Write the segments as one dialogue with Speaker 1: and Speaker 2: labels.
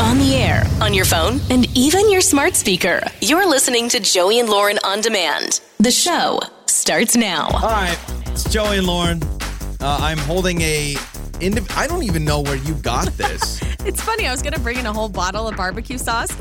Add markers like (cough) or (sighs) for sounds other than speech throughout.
Speaker 1: on the air, on your phone, and even your smart speaker. You're listening to Joey and Lauren on demand. The show starts now.
Speaker 2: All right, it's Joey and Lauren. Uh, I'm holding a. Indiv- I don't even know where you got
Speaker 3: (laughs)
Speaker 2: this.
Speaker 3: It's funny, I was gonna bring in a whole bottle of barbecue sauce,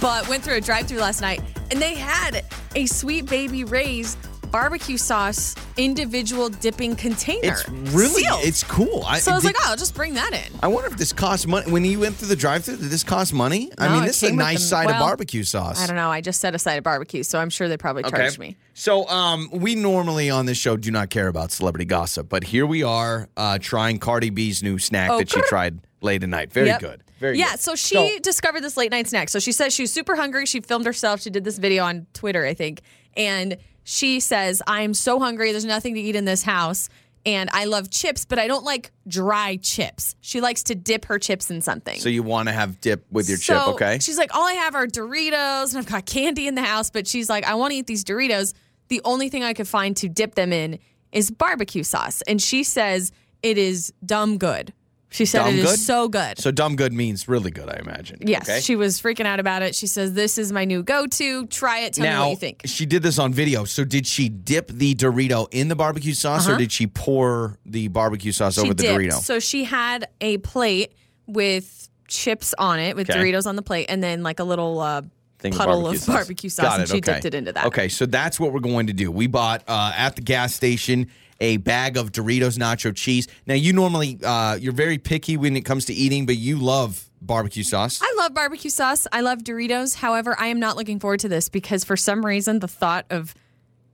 Speaker 3: but went through a drive through last night and they had a sweet baby Ray's barbecue sauce individual dipping container.
Speaker 2: it's really,
Speaker 3: sealed.
Speaker 2: it's cool. I,
Speaker 3: so I was
Speaker 2: did-
Speaker 3: like, oh, I'll just bring that in.
Speaker 2: I wonder if this costs money. When you went through the drive-through, did this cost money? I
Speaker 3: No,
Speaker 2: mean,
Speaker 3: it
Speaker 2: this is a
Speaker 3: came with
Speaker 2: nice
Speaker 3: the-
Speaker 2: side of
Speaker 3: well,
Speaker 2: barbecue sauce.
Speaker 3: I don't know, I just set aside a barbecue, so I'm sure they probably charged me.
Speaker 2: So, um, we normally on this show do not care about celebrity gossip, but here we are uh, trying Cardi B's new snack
Speaker 3: Oh,
Speaker 2: that she
Speaker 3: grr.
Speaker 2: tried late at night. Very
Speaker 3: Yep.
Speaker 2: good. Very
Speaker 3: yeah,
Speaker 2: good.
Speaker 3: so she discovered this late night snack. So she says she was super hungry. She filmed herself. She did this video on Twitter, I think. And she says, I am so hungry. There's nothing to eat in this house. And I love chips, but I don't like dry chips. She likes to dip her chips in something.
Speaker 2: So you want to have dip with your chip,
Speaker 3: So
Speaker 2: okay?
Speaker 3: She's like, all I have are Doritos and I've got candy in the house, but she's like, I want to eat these Doritos. The only thing I could find to dip them in is barbecue sauce. And she says it is dumb good. She said
Speaker 2: Dumb
Speaker 3: it is
Speaker 2: good?
Speaker 3: so good.
Speaker 2: So dumb good means really good, I imagine.
Speaker 3: Yes,
Speaker 2: Okay?
Speaker 3: she was freaking out about it. She says, "This is my new go-to. Try it. Tell
Speaker 2: now,
Speaker 3: me what you think."
Speaker 2: She did this on video. So did she dip the Dorito in the barbecue sauce or did she pour the barbecue sauce
Speaker 3: Uh-huh. She
Speaker 2: over the
Speaker 3: dipped.
Speaker 2: Dorito?
Speaker 3: So she had a plate with chips on it, with
Speaker 2: Okay.
Speaker 3: Doritos on the plate, and then like a little uh,
Speaker 2: Thing with
Speaker 3: puddle of barbecue sauce,
Speaker 2: Got
Speaker 3: and
Speaker 2: it,
Speaker 3: she
Speaker 2: okay.
Speaker 3: dipped it into that.
Speaker 2: Okay, so that's what we're going to do. We bought uh, at the gas station a bag of Doritos nacho cheese. Now you normally uh, you're very picky when it comes to eating, but you love barbecue sauce.
Speaker 3: I love barbecue sauce. I love Doritos. However, I am not looking forward to this because for some reason the thought of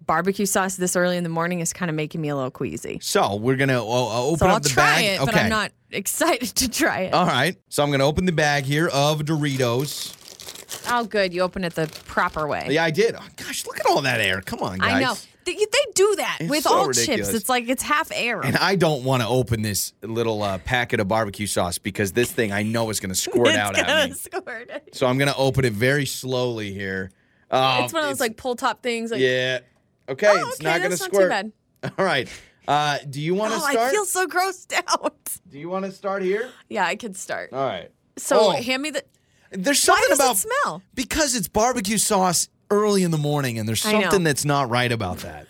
Speaker 3: barbecue sauce this early in the morning is kind of making me a little queasy.
Speaker 2: so we're gonna uh, uh, open
Speaker 3: So
Speaker 2: up
Speaker 3: I'll
Speaker 2: the
Speaker 3: try
Speaker 2: bag. Oh.
Speaker 3: it, but I'm not (laughs) excited to try it.
Speaker 2: All right, so I'm gonna open the bag here of Doritos.
Speaker 3: oh, good, you open it the proper way.
Speaker 2: Yeah, I did. Oh, gosh, look at all that air. Come on, guys.
Speaker 3: I know. They, they do that
Speaker 2: It's
Speaker 3: with
Speaker 2: so
Speaker 3: all
Speaker 2: ridiculous.
Speaker 3: chips. It's like it's half air.
Speaker 2: And I don't want to open this little uh, packet of barbecue sauce because this thing I know is going to squirt
Speaker 3: it's
Speaker 2: out
Speaker 3: gonna
Speaker 2: at me.
Speaker 3: squirt.
Speaker 2: So I'm going to open it very slowly here. Um,
Speaker 3: It's one of those like pull top things. Like,
Speaker 2: yeah. Okay,
Speaker 3: Oh,
Speaker 2: it's
Speaker 3: okay,
Speaker 2: not going to
Speaker 3: that's not too
Speaker 2: squirt. (laughs)
Speaker 3: bad.
Speaker 2: All right. Uh, do you want to
Speaker 3: oh,
Speaker 2: start?
Speaker 3: I feel so grossed out.
Speaker 2: do you want to start here?
Speaker 3: yeah, I could start.
Speaker 2: All right.
Speaker 3: So
Speaker 2: Oh,
Speaker 3: hand me the.
Speaker 2: there's something
Speaker 3: does it
Speaker 2: about
Speaker 3: smell?
Speaker 2: because it's barbecue sauce early in the morning, and there's
Speaker 3: I know. Oh.
Speaker 2: something that's not right about that.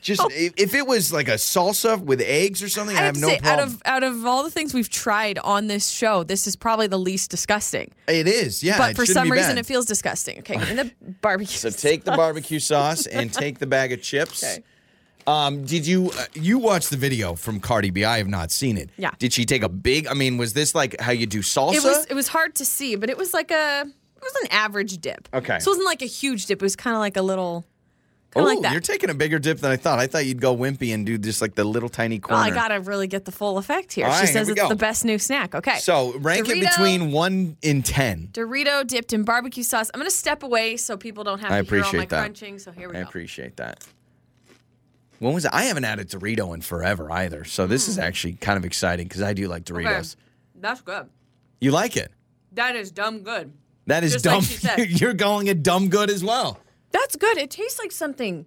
Speaker 2: Just if, if it was like a salsa with eggs or something, I,
Speaker 3: I
Speaker 2: have
Speaker 3: to
Speaker 2: no
Speaker 3: say,
Speaker 2: problem.
Speaker 3: out of out of all the things we've tried on this show, this is probably the least disgusting.
Speaker 2: it is, yeah.
Speaker 3: But
Speaker 2: Uh, it
Speaker 3: for
Speaker 2: shouldn't
Speaker 3: some
Speaker 2: be
Speaker 3: reason,
Speaker 2: bad.
Speaker 3: it feels disgusting. Okay, give
Speaker 2: (sighs)
Speaker 3: me the barbecue.
Speaker 2: So take the barbecue sauce
Speaker 3: (laughs)
Speaker 2: and take the bag of chips.
Speaker 3: Okay.
Speaker 2: Um, did you uh, you watched the video from Cardi B? I have not seen it.
Speaker 3: Yeah.
Speaker 2: Did she take a big? I mean, was this like how you do salsa?
Speaker 3: It was it was hard to see, but it was like a it was an average dip.
Speaker 2: Okay.
Speaker 3: so it wasn't like a huge dip. It was kind of like a little.
Speaker 2: oh,
Speaker 3: Kind of like that.
Speaker 2: you're taking a bigger dip than I thought. I thought you'd go wimpy and do just like the little tiny corner.
Speaker 3: Well, Oh, I gotta really get the full effect here.
Speaker 2: All
Speaker 3: she
Speaker 2: right, here
Speaker 3: says
Speaker 2: we
Speaker 3: it's
Speaker 2: go.
Speaker 3: the best new snack. Okay.
Speaker 2: So rank it
Speaker 3: Dorito-
Speaker 2: between one and ten.
Speaker 3: Dorito dipped in barbecue sauce. I'm gonna step away so people don't have to
Speaker 2: I
Speaker 3: hear all my
Speaker 2: appreciate that.
Speaker 3: crunching. So here we
Speaker 2: I
Speaker 3: go.
Speaker 2: appreciate that. When was I haven't had a Dorito in forever either. So this is actually kind of exciting because I do like
Speaker 3: Hmm. Okay.
Speaker 2: Doritos.
Speaker 3: That's good.
Speaker 2: You like it?
Speaker 3: That is dumb good.
Speaker 2: That is
Speaker 3: Just like
Speaker 2: dumb.
Speaker 3: she said.
Speaker 2: (laughs) You're going a dumb good as well.
Speaker 3: That's good. It tastes like something.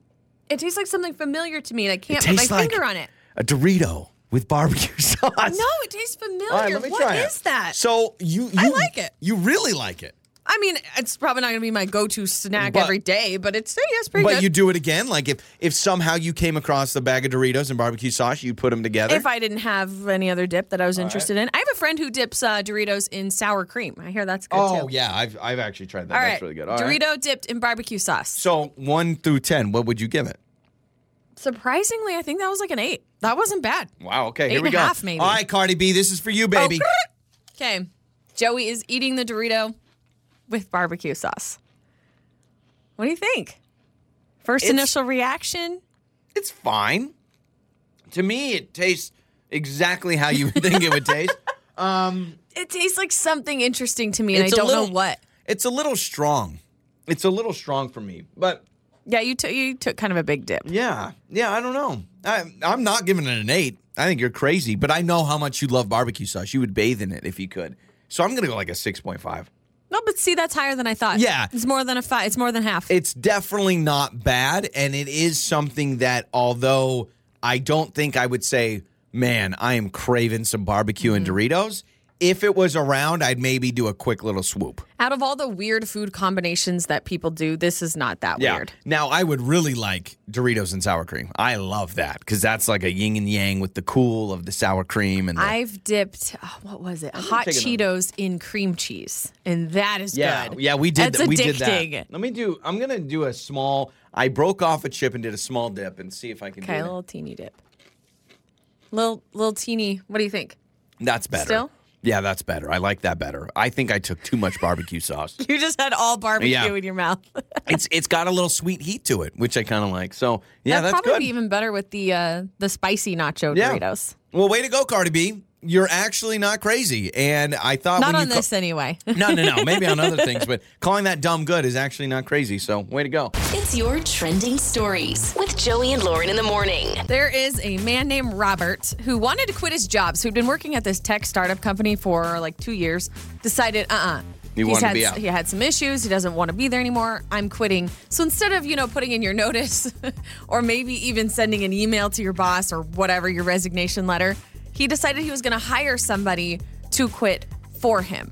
Speaker 3: It tastes like something familiar to me, and I can't put my
Speaker 2: tastes like-
Speaker 3: finger on it.
Speaker 2: a Dorito with barbecue (laughs) sauce.
Speaker 3: No, it tastes familiar.
Speaker 2: All
Speaker 3: What
Speaker 2: right,
Speaker 3: is
Speaker 2: let me try it.
Speaker 3: that?
Speaker 2: So you, you,
Speaker 3: I like it.
Speaker 2: You really like it,
Speaker 3: I mean, it's probably not going to be my go-to snack
Speaker 2: But-
Speaker 3: every day, but it's yeah, it's pretty
Speaker 2: but
Speaker 3: good.
Speaker 2: you do it again. Like if if somehow you came across the bag of Doritos and barbecue sauce, you put them together.
Speaker 3: if I didn't have any other dip that I was interested in, I have a friend who dips uh, Doritos in sour cream. I hear that's good
Speaker 2: oh
Speaker 3: too.
Speaker 2: yeah, I've I've actually tried that.
Speaker 3: All
Speaker 2: That's
Speaker 3: right,
Speaker 2: really good. All right.
Speaker 3: Dorito dipped in barbecue sauce.
Speaker 2: So one through ten, what would you give it?
Speaker 3: Surprisingly, I think that was like an eight. That wasn't bad.
Speaker 2: Wow. Okay.
Speaker 3: Eight
Speaker 2: here we
Speaker 3: and
Speaker 2: go.
Speaker 3: a half, maybe. Oh,
Speaker 2: All right, Cardi B, this is for you, baby.
Speaker 3: Okay, Joey is eating the Dorito with barbecue sauce. What do you think? First
Speaker 2: It's-
Speaker 3: initial reaction?
Speaker 2: It's fine. To me, it tastes exactly how you would think it would taste.
Speaker 3: (laughs) It tastes like something interesting to me, and I
Speaker 2: It's a
Speaker 3: don't know
Speaker 2: little-
Speaker 3: what.
Speaker 2: It's a little strong. It's a little strong for me, but
Speaker 3: Yeah, you took you took kind of a big dip.
Speaker 2: Yeah, yeah. I don't know. I, I'm not giving it an eight. I think you're crazy, but I know how much you love barbecue sauce. You would bathe in it if you could. So I'm gonna go like a six point five.
Speaker 3: No, but see, that's higher than I thought.
Speaker 2: Yeah.
Speaker 3: it's more than a five. It's more than half.
Speaker 2: It's definitely not bad, and it is something that, although I don't think I would say, man, I am craving some barbecue and Doritos. if it was around, I'd maybe do a quick little swoop.
Speaker 3: Out of all the weird food combinations that people do, this is not that weird.
Speaker 2: Now I would really like Doritos and sour cream. I love that because that's like a yin and yang with the cool of the sour cream and the,
Speaker 3: I've dipped oh, what was it? Hot
Speaker 2: taking a-
Speaker 3: Cheetos in cream cheese, and that is
Speaker 2: yeah,
Speaker 3: good.
Speaker 2: yeah. We did.
Speaker 3: That's
Speaker 2: th- we
Speaker 3: addicting.
Speaker 2: did that. Let me do. I'm gonna do a small. I broke off a chip and did a small dip and see if I can.
Speaker 3: Okay, a
Speaker 2: do
Speaker 3: little teeny dip. Little little teeny. What do you think?
Speaker 2: it. That's better.
Speaker 3: Still?
Speaker 2: Yeah, that's better. I like that better. I think I took too much barbecue
Speaker 3: (laughs)
Speaker 2: sauce.
Speaker 3: You just had all barbecue
Speaker 2: Yeah.
Speaker 3: in your mouth.
Speaker 2: it's it's got a little sweet heat to it, which I kind of like. So yeah,
Speaker 3: That'd
Speaker 2: that's
Speaker 3: probably
Speaker 2: good.
Speaker 3: be even better with the uh, the spicy nacho
Speaker 2: Yeah.
Speaker 3: Doritos.
Speaker 2: Well, way to go, Cardi B. You're actually not crazy. And I thought
Speaker 3: Not
Speaker 2: when
Speaker 3: on
Speaker 2: you
Speaker 3: this anyway. (laughs)
Speaker 2: no, no, no. Maybe on other things, but calling that dumb good is actually not crazy. So way to go.
Speaker 1: It's your trending stories with Joey and Lauren in the morning.
Speaker 3: There is a man named Robert who wanted to quit his job. So he'd been working at this tech startup company for like two years. Decided, uh, uh
Speaker 2: He wanted to
Speaker 3: had,
Speaker 2: be out.
Speaker 3: He had some issues. He doesn't want to be there anymore. I'm quitting. So instead of you know putting in your notice, (laughs) or maybe even sending an email to your boss or whatever your resignation letter, he decided he was going to hire somebody to quit for him.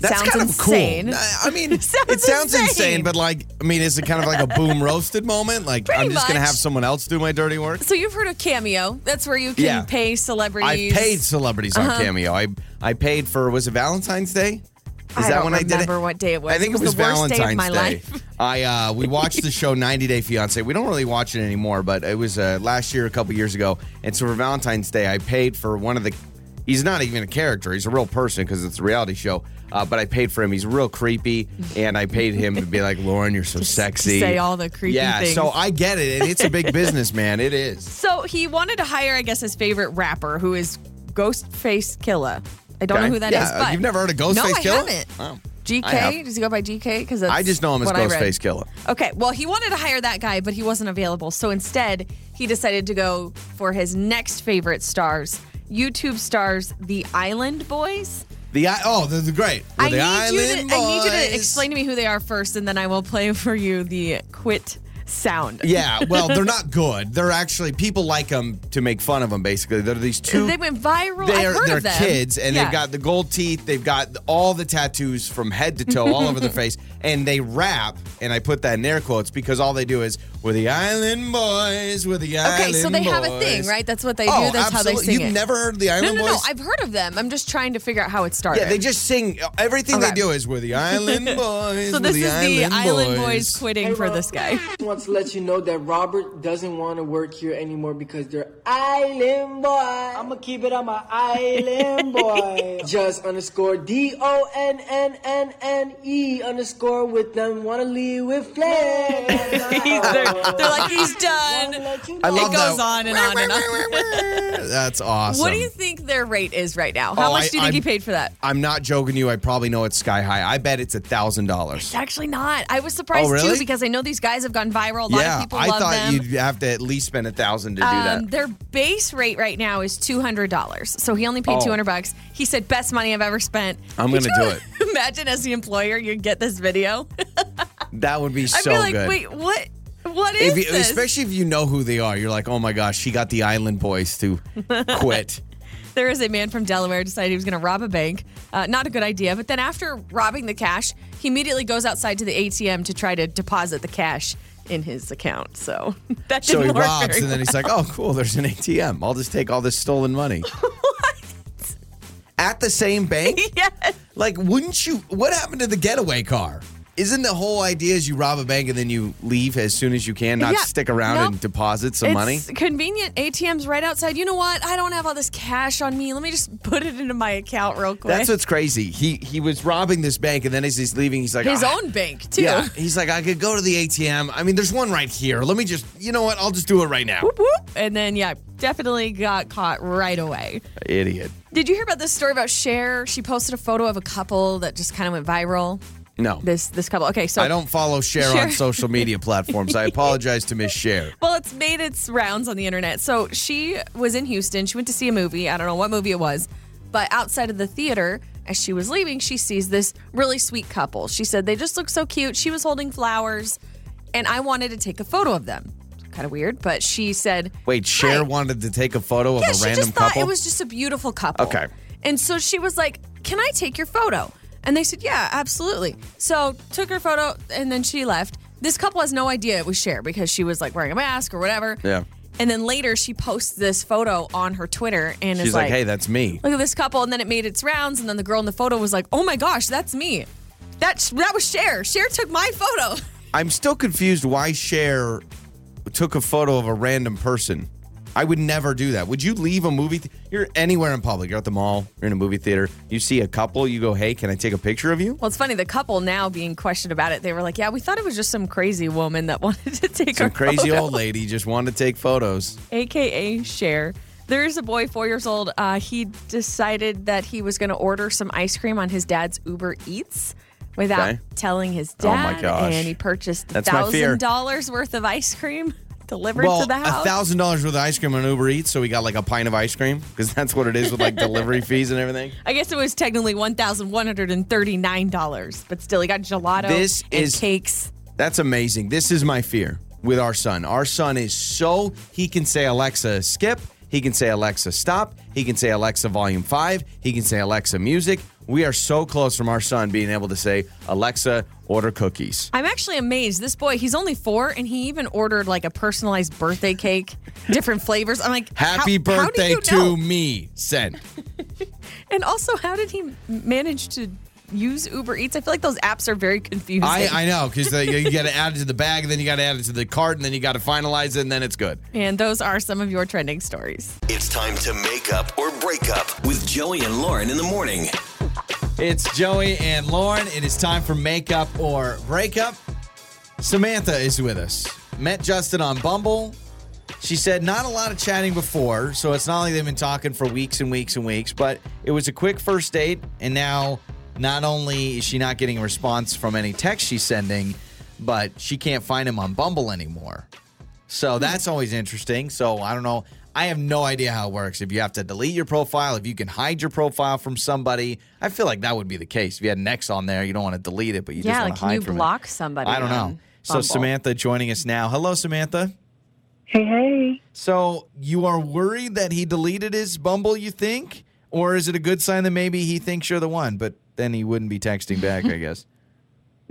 Speaker 2: That's
Speaker 3: Sounds
Speaker 2: kind of
Speaker 3: insane.
Speaker 2: cool. I- I mean,
Speaker 3: (laughs) Sounds
Speaker 2: it sounds insane.
Speaker 3: insane,
Speaker 2: but like, I mean, is it kind of like a boom roasted moment? Like, I'm
Speaker 3: Pretty
Speaker 2: just gonna
Speaker 3: much.
Speaker 2: have someone else do my dirty work.
Speaker 3: So you've heard of Cameo? That's where you can
Speaker 2: Yeah.
Speaker 3: pay celebrities.
Speaker 2: I paid celebrities
Speaker 3: Uh-huh.
Speaker 2: on Cameo. I I paid for was it Valentine's Day? Is
Speaker 3: I
Speaker 2: that
Speaker 3: don't
Speaker 2: when I did
Speaker 3: remember
Speaker 2: it?
Speaker 3: what day it was.
Speaker 2: I think it was,
Speaker 3: the worst
Speaker 2: Valentine's
Speaker 3: day of my
Speaker 2: Day.
Speaker 3: life. (laughs)
Speaker 2: I uh, we watched the show 90 Day Fiance. We don't really watch it anymore, but it was uh, last year, a couple years ago. And so for Valentine's Day, I paid for one of the. He's not even a character. He's a real person because it's a reality show. Uh, but I paid for him. He's real
Speaker 3: (laughs)
Speaker 2: creepy, and I paid him to be like, Lauren, you're so sexy.
Speaker 3: say all the creepy
Speaker 2: yeah,
Speaker 3: things.
Speaker 2: so I get it, and it's a big business, man. It is.
Speaker 3: So he wanted to hire, I guess, his favorite rapper, who is Ghostface Killa. I (laughs) don't
Speaker 2: Okay.
Speaker 3: know who that is.
Speaker 2: yeah, uh,
Speaker 3: but
Speaker 2: you've never heard of Ghostface
Speaker 3: no, I
Speaker 2: Killer?
Speaker 3: haven't.
Speaker 2: Wow. I
Speaker 3: GK?
Speaker 2: have.
Speaker 3: Does he go by GK? Because
Speaker 2: I just know him as
Speaker 3: what I read.
Speaker 2: Ghostface Killer.
Speaker 3: Okay, well, he wanted to hire that guy, but he wasn't available. So instead, he decided to go for his next favorite stars, YouTube stars, The Island Boys.
Speaker 2: The I- oh, they're great. They're
Speaker 3: I
Speaker 2: the
Speaker 3: need you
Speaker 2: Island
Speaker 3: to I need you
Speaker 2: Boys.
Speaker 3: to explain to me who they are first, and then I will play (laughs) for you the quit sound.
Speaker 2: Yeah, well, they're not good. They're actually people like them to make fun of them. Basically, they're these two.
Speaker 3: They went viral.
Speaker 2: They're,
Speaker 3: I've heard
Speaker 2: they're
Speaker 3: of them.
Speaker 2: kids, and
Speaker 3: Yeah.
Speaker 2: they've got the gold teeth. They've got all the tattoos from head to toe, all
Speaker 3: (laughs)
Speaker 2: over their face, and they rap. And I put that in air quotes because all they do is "We're the Island Boys." We're the Island
Speaker 3: Okay, so they have a thing,
Speaker 2: Boys."
Speaker 3: right? That's what they do.
Speaker 2: Oh,
Speaker 3: That's how they
Speaker 2: absolutely.
Speaker 3: sing
Speaker 2: You've
Speaker 3: it.
Speaker 2: never heard of the
Speaker 3: no,
Speaker 2: Island
Speaker 3: no,
Speaker 2: Boys?
Speaker 3: no. I've heard of them. I'm just trying to figure out how it started.
Speaker 2: yeah, they just sing everything they
Speaker 3: Okay.
Speaker 2: do is "We're the Island Boys."
Speaker 3: (laughs) so
Speaker 2: we're
Speaker 3: this
Speaker 2: the
Speaker 3: is the
Speaker 2: Island
Speaker 3: Island Boys,
Speaker 2: Boys
Speaker 3: quitting for this guy.
Speaker 4: just want to let you know that Robert doesn't want to work here anymore because they're island boy. I'ma keep it on my (laughs) island boy. Just underscore D O N N N N E underscore with them wanna leave with flair.
Speaker 3: (laughs) He's- they're, they're like
Speaker 4: (laughs)
Speaker 3: he's done.
Speaker 4: Let you
Speaker 2: I
Speaker 4: know.
Speaker 2: love
Speaker 3: It goes
Speaker 2: that.
Speaker 3: on and on and on.
Speaker 2: That's awesome.
Speaker 3: (laughs) What do you think their rate is right now? How
Speaker 2: Oh,
Speaker 3: much
Speaker 2: I-
Speaker 3: do you think
Speaker 2: I'm-
Speaker 3: he paid for that?
Speaker 2: I'm not joking you. I probably know it's sky high. I bet it's a thousand dollars.
Speaker 3: It's actually not. I was surprised
Speaker 2: Oh, really?
Speaker 3: too because I know these guys have gone viral. A lot of
Speaker 2: Yeah,
Speaker 3: people
Speaker 2: I
Speaker 3: love
Speaker 2: thought
Speaker 3: them.
Speaker 2: you'd have to at least spend a thousand to do
Speaker 3: Um,
Speaker 2: that.
Speaker 3: their base rate right now is two hundred dollars, so he only paid
Speaker 2: Oh.
Speaker 3: two hundred bucks. He said, "Best money I've ever spent." (laughs)
Speaker 2: I'm
Speaker 3: Could
Speaker 2: gonna
Speaker 3: you
Speaker 2: do
Speaker 3: Imagine as the employer, you get this video.
Speaker 2: That would be
Speaker 3: (laughs) I'd
Speaker 2: so
Speaker 3: be like,
Speaker 2: good.
Speaker 3: "Wait, what? What is
Speaker 2: If you-
Speaker 3: this?"
Speaker 2: especially if you know who they are, you're like, oh my gosh, she got the Island Boys
Speaker 3: (laughs)
Speaker 2: to quit.
Speaker 3: there is a man from Delaware decided he was going to rob a bank. Uh, not a good idea. But then after robbing the cash, he immediately goes outside to the ATM to try to deposit the cash in his account. So (laughs) that didn't
Speaker 2: so he
Speaker 3: work
Speaker 2: robs,
Speaker 3: very
Speaker 2: and then he's like, oh cool, there's an ATM. I'll just take all this stolen
Speaker 3: (laughs)
Speaker 2: money. At the same bank?
Speaker 3: well. (laughs) Yes.
Speaker 2: Like, wouldn't you? What happened to the getaway car? Isn't the whole idea is you rob a bank and then you leave as soon as you can, not
Speaker 3: Yeah.
Speaker 2: stick around
Speaker 3: No.
Speaker 2: and deposit some money?
Speaker 3: It's convenient. ATM's right outside. You know what? I don't have all this cash on me. Let me just put it into my account real quick.
Speaker 2: That's what's crazy. He he was robbing this bank, and then as he's leaving, he's like
Speaker 3: His
Speaker 2: "Ah."
Speaker 3: own bank, too.
Speaker 2: Yeah, he's like, I could go to the ATM. I mean, there's one right here. Let me just, you know what? I'll just do it right now.
Speaker 3: Whoop, (laughs) whoop. And then, yeah, definitely got caught right away.
Speaker 2: Idiot.
Speaker 3: Did you hear about this story about Cher? She posted a photo of a couple that just kind of went viral.
Speaker 2: No,
Speaker 3: This this couple. Okay, so
Speaker 2: I don't follow Cher
Speaker 3: Cher.
Speaker 2: on social
Speaker 3: (laughs)
Speaker 2: media platforms. I apologize to Miss Cher.
Speaker 3: Well, it's made its rounds on the internet. So she was in Houston. She went to see a movie. I don't know what movie it was, but outside of the theater, as she was leaving, she sees this really sweet couple. She said they just look so cute. She was holding flowers, and I wanted to take a photo of them. Kind of weird, but she said,
Speaker 2: Wait, Cher
Speaker 3: Hi.
Speaker 2: wanted to take a photo of
Speaker 3: "Yeah,
Speaker 2: a
Speaker 3: she
Speaker 2: random
Speaker 3: just thought
Speaker 2: couple.
Speaker 3: it was just a beautiful couple."
Speaker 2: Okay.
Speaker 3: And so she was like, Can I take your photo? And they said, Yeah, absolutely. So took her photo and then she left. This couple has no idea it was Cher because she was like wearing a mask or whatever.
Speaker 2: Yeah.
Speaker 3: And then later she posts this photo on her Twitter and
Speaker 2: She's
Speaker 3: is
Speaker 2: like, hey, that's me.
Speaker 3: look at this couple. And then it made its rounds. And then the girl in the photo was like, oh my gosh, that's me. That, that was Cher. Cher took my photo. (laughs)
Speaker 2: I'm still confused why Cher took a photo of a random person. I would never do that. Would you leave a movie? Th- you're anywhere in public. You're at the mall. You're in a movie theater. You see a couple. You go, "Hey, can I take a picture of you?"
Speaker 3: Well, it's funny. The couple now being questioned about it, they were like, yeah, we thought it was just some crazy woman that (laughs) wanted to take
Speaker 2: Some
Speaker 3: our
Speaker 2: crazy
Speaker 3: photo.
Speaker 2: old lady just wanted to take photos.
Speaker 3: AKA Cher. There is a boy, four years old. Uh, he decided that he was going to order some ice cream on his dad's Uber Eats without
Speaker 2: Okay.
Speaker 3: telling his
Speaker 2: Oh my
Speaker 3: dad.
Speaker 2: gosh.
Speaker 3: And he purchased
Speaker 2: That's my fear.
Speaker 3: $1,000 worth of ice cream (laughs) delivered
Speaker 2: well,
Speaker 3: to the
Speaker 2: a
Speaker 3: house.
Speaker 2: thousand dollars worth of ice cream on Uber Eats, so we got like a pint of ice cream because that's what it is with like
Speaker 3: (laughs)
Speaker 2: delivery fees and everything.
Speaker 3: I guess it was technically one thousand one hundred and thirty nine dollars, but still, he got gelato
Speaker 2: This
Speaker 3: and
Speaker 2: is-
Speaker 3: cakes.
Speaker 2: That's amazing. This is my fear with our son. Our son is so he can say Alexa skip, he can say Alexa stop, he can say Alexa volume 5, he can say Alexa music. We are so close from our son being able to say Alexa order cookies.
Speaker 3: I'm actually amazed. This boy, he's only four, and he even ordered like a personalized birthday cake, (laughs) different flavors. I'm like, how-
Speaker 2: Happy
Speaker 3: how do
Speaker 2: birthday
Speaker 3: you
Speaker 2: to
Speaker 3: know?
Speaker 2: me, sent.
Speaker 3: And also, how did he manage to use Uber Eats? I feel like those apps are very confusing.
Speaker 2: I, I know because you
Speaker 3: (laughs)
Speaker 2: got to add it to the bag, and then you got to add it to the cart, and then you got to finalize it, and then it's good.
Speaker 3: and those are some of your trending stories.
Speaker 5: It's time to make up or break up with Joey and Lauren in the morning.
Speaker 2: It's Joey and Lauren. It is time for makeup or breakup. Samantha is with us. Met Justin on Bumble. She said not a lot of chatting before, so it's not like they've been talking for weeks and weeks and weeks, but it was a quick first date. And now, not only is she not getting a response from any text she's sending, but she can't find him on Bumble anymore.
Speaker 3: Hmm.
Speaker 2: So that's always interesting. So I don't know. I have no idea how it works. If you have to delete your profile, if you can hide your profile from somebody, I feel like that would be the case. If you had an ex on there, you don't want to delete it, but you just
Speaker 3: yeah,
Speaker 2: want
Speaker 3: like
Speaker 2: to
Speaker 3: can
Speaker 2: hide
Speaker 3: you
Speaker 2: from it.
Speaker 3: block somebody?
Speaker 2: I don't
Speaker 3: on
Speaker 2: know. So
Speaker 3: Bumble?
Speaker 2: Samantha joining us now. Hello, Samantha.
Speaker 6: Hey, hey.
Speaker 2: So you are worried that he deleted his Bumble, you think? Or is it a good sign that maybe he thinks you're the one, but then he wouldn't be texting back, I guess?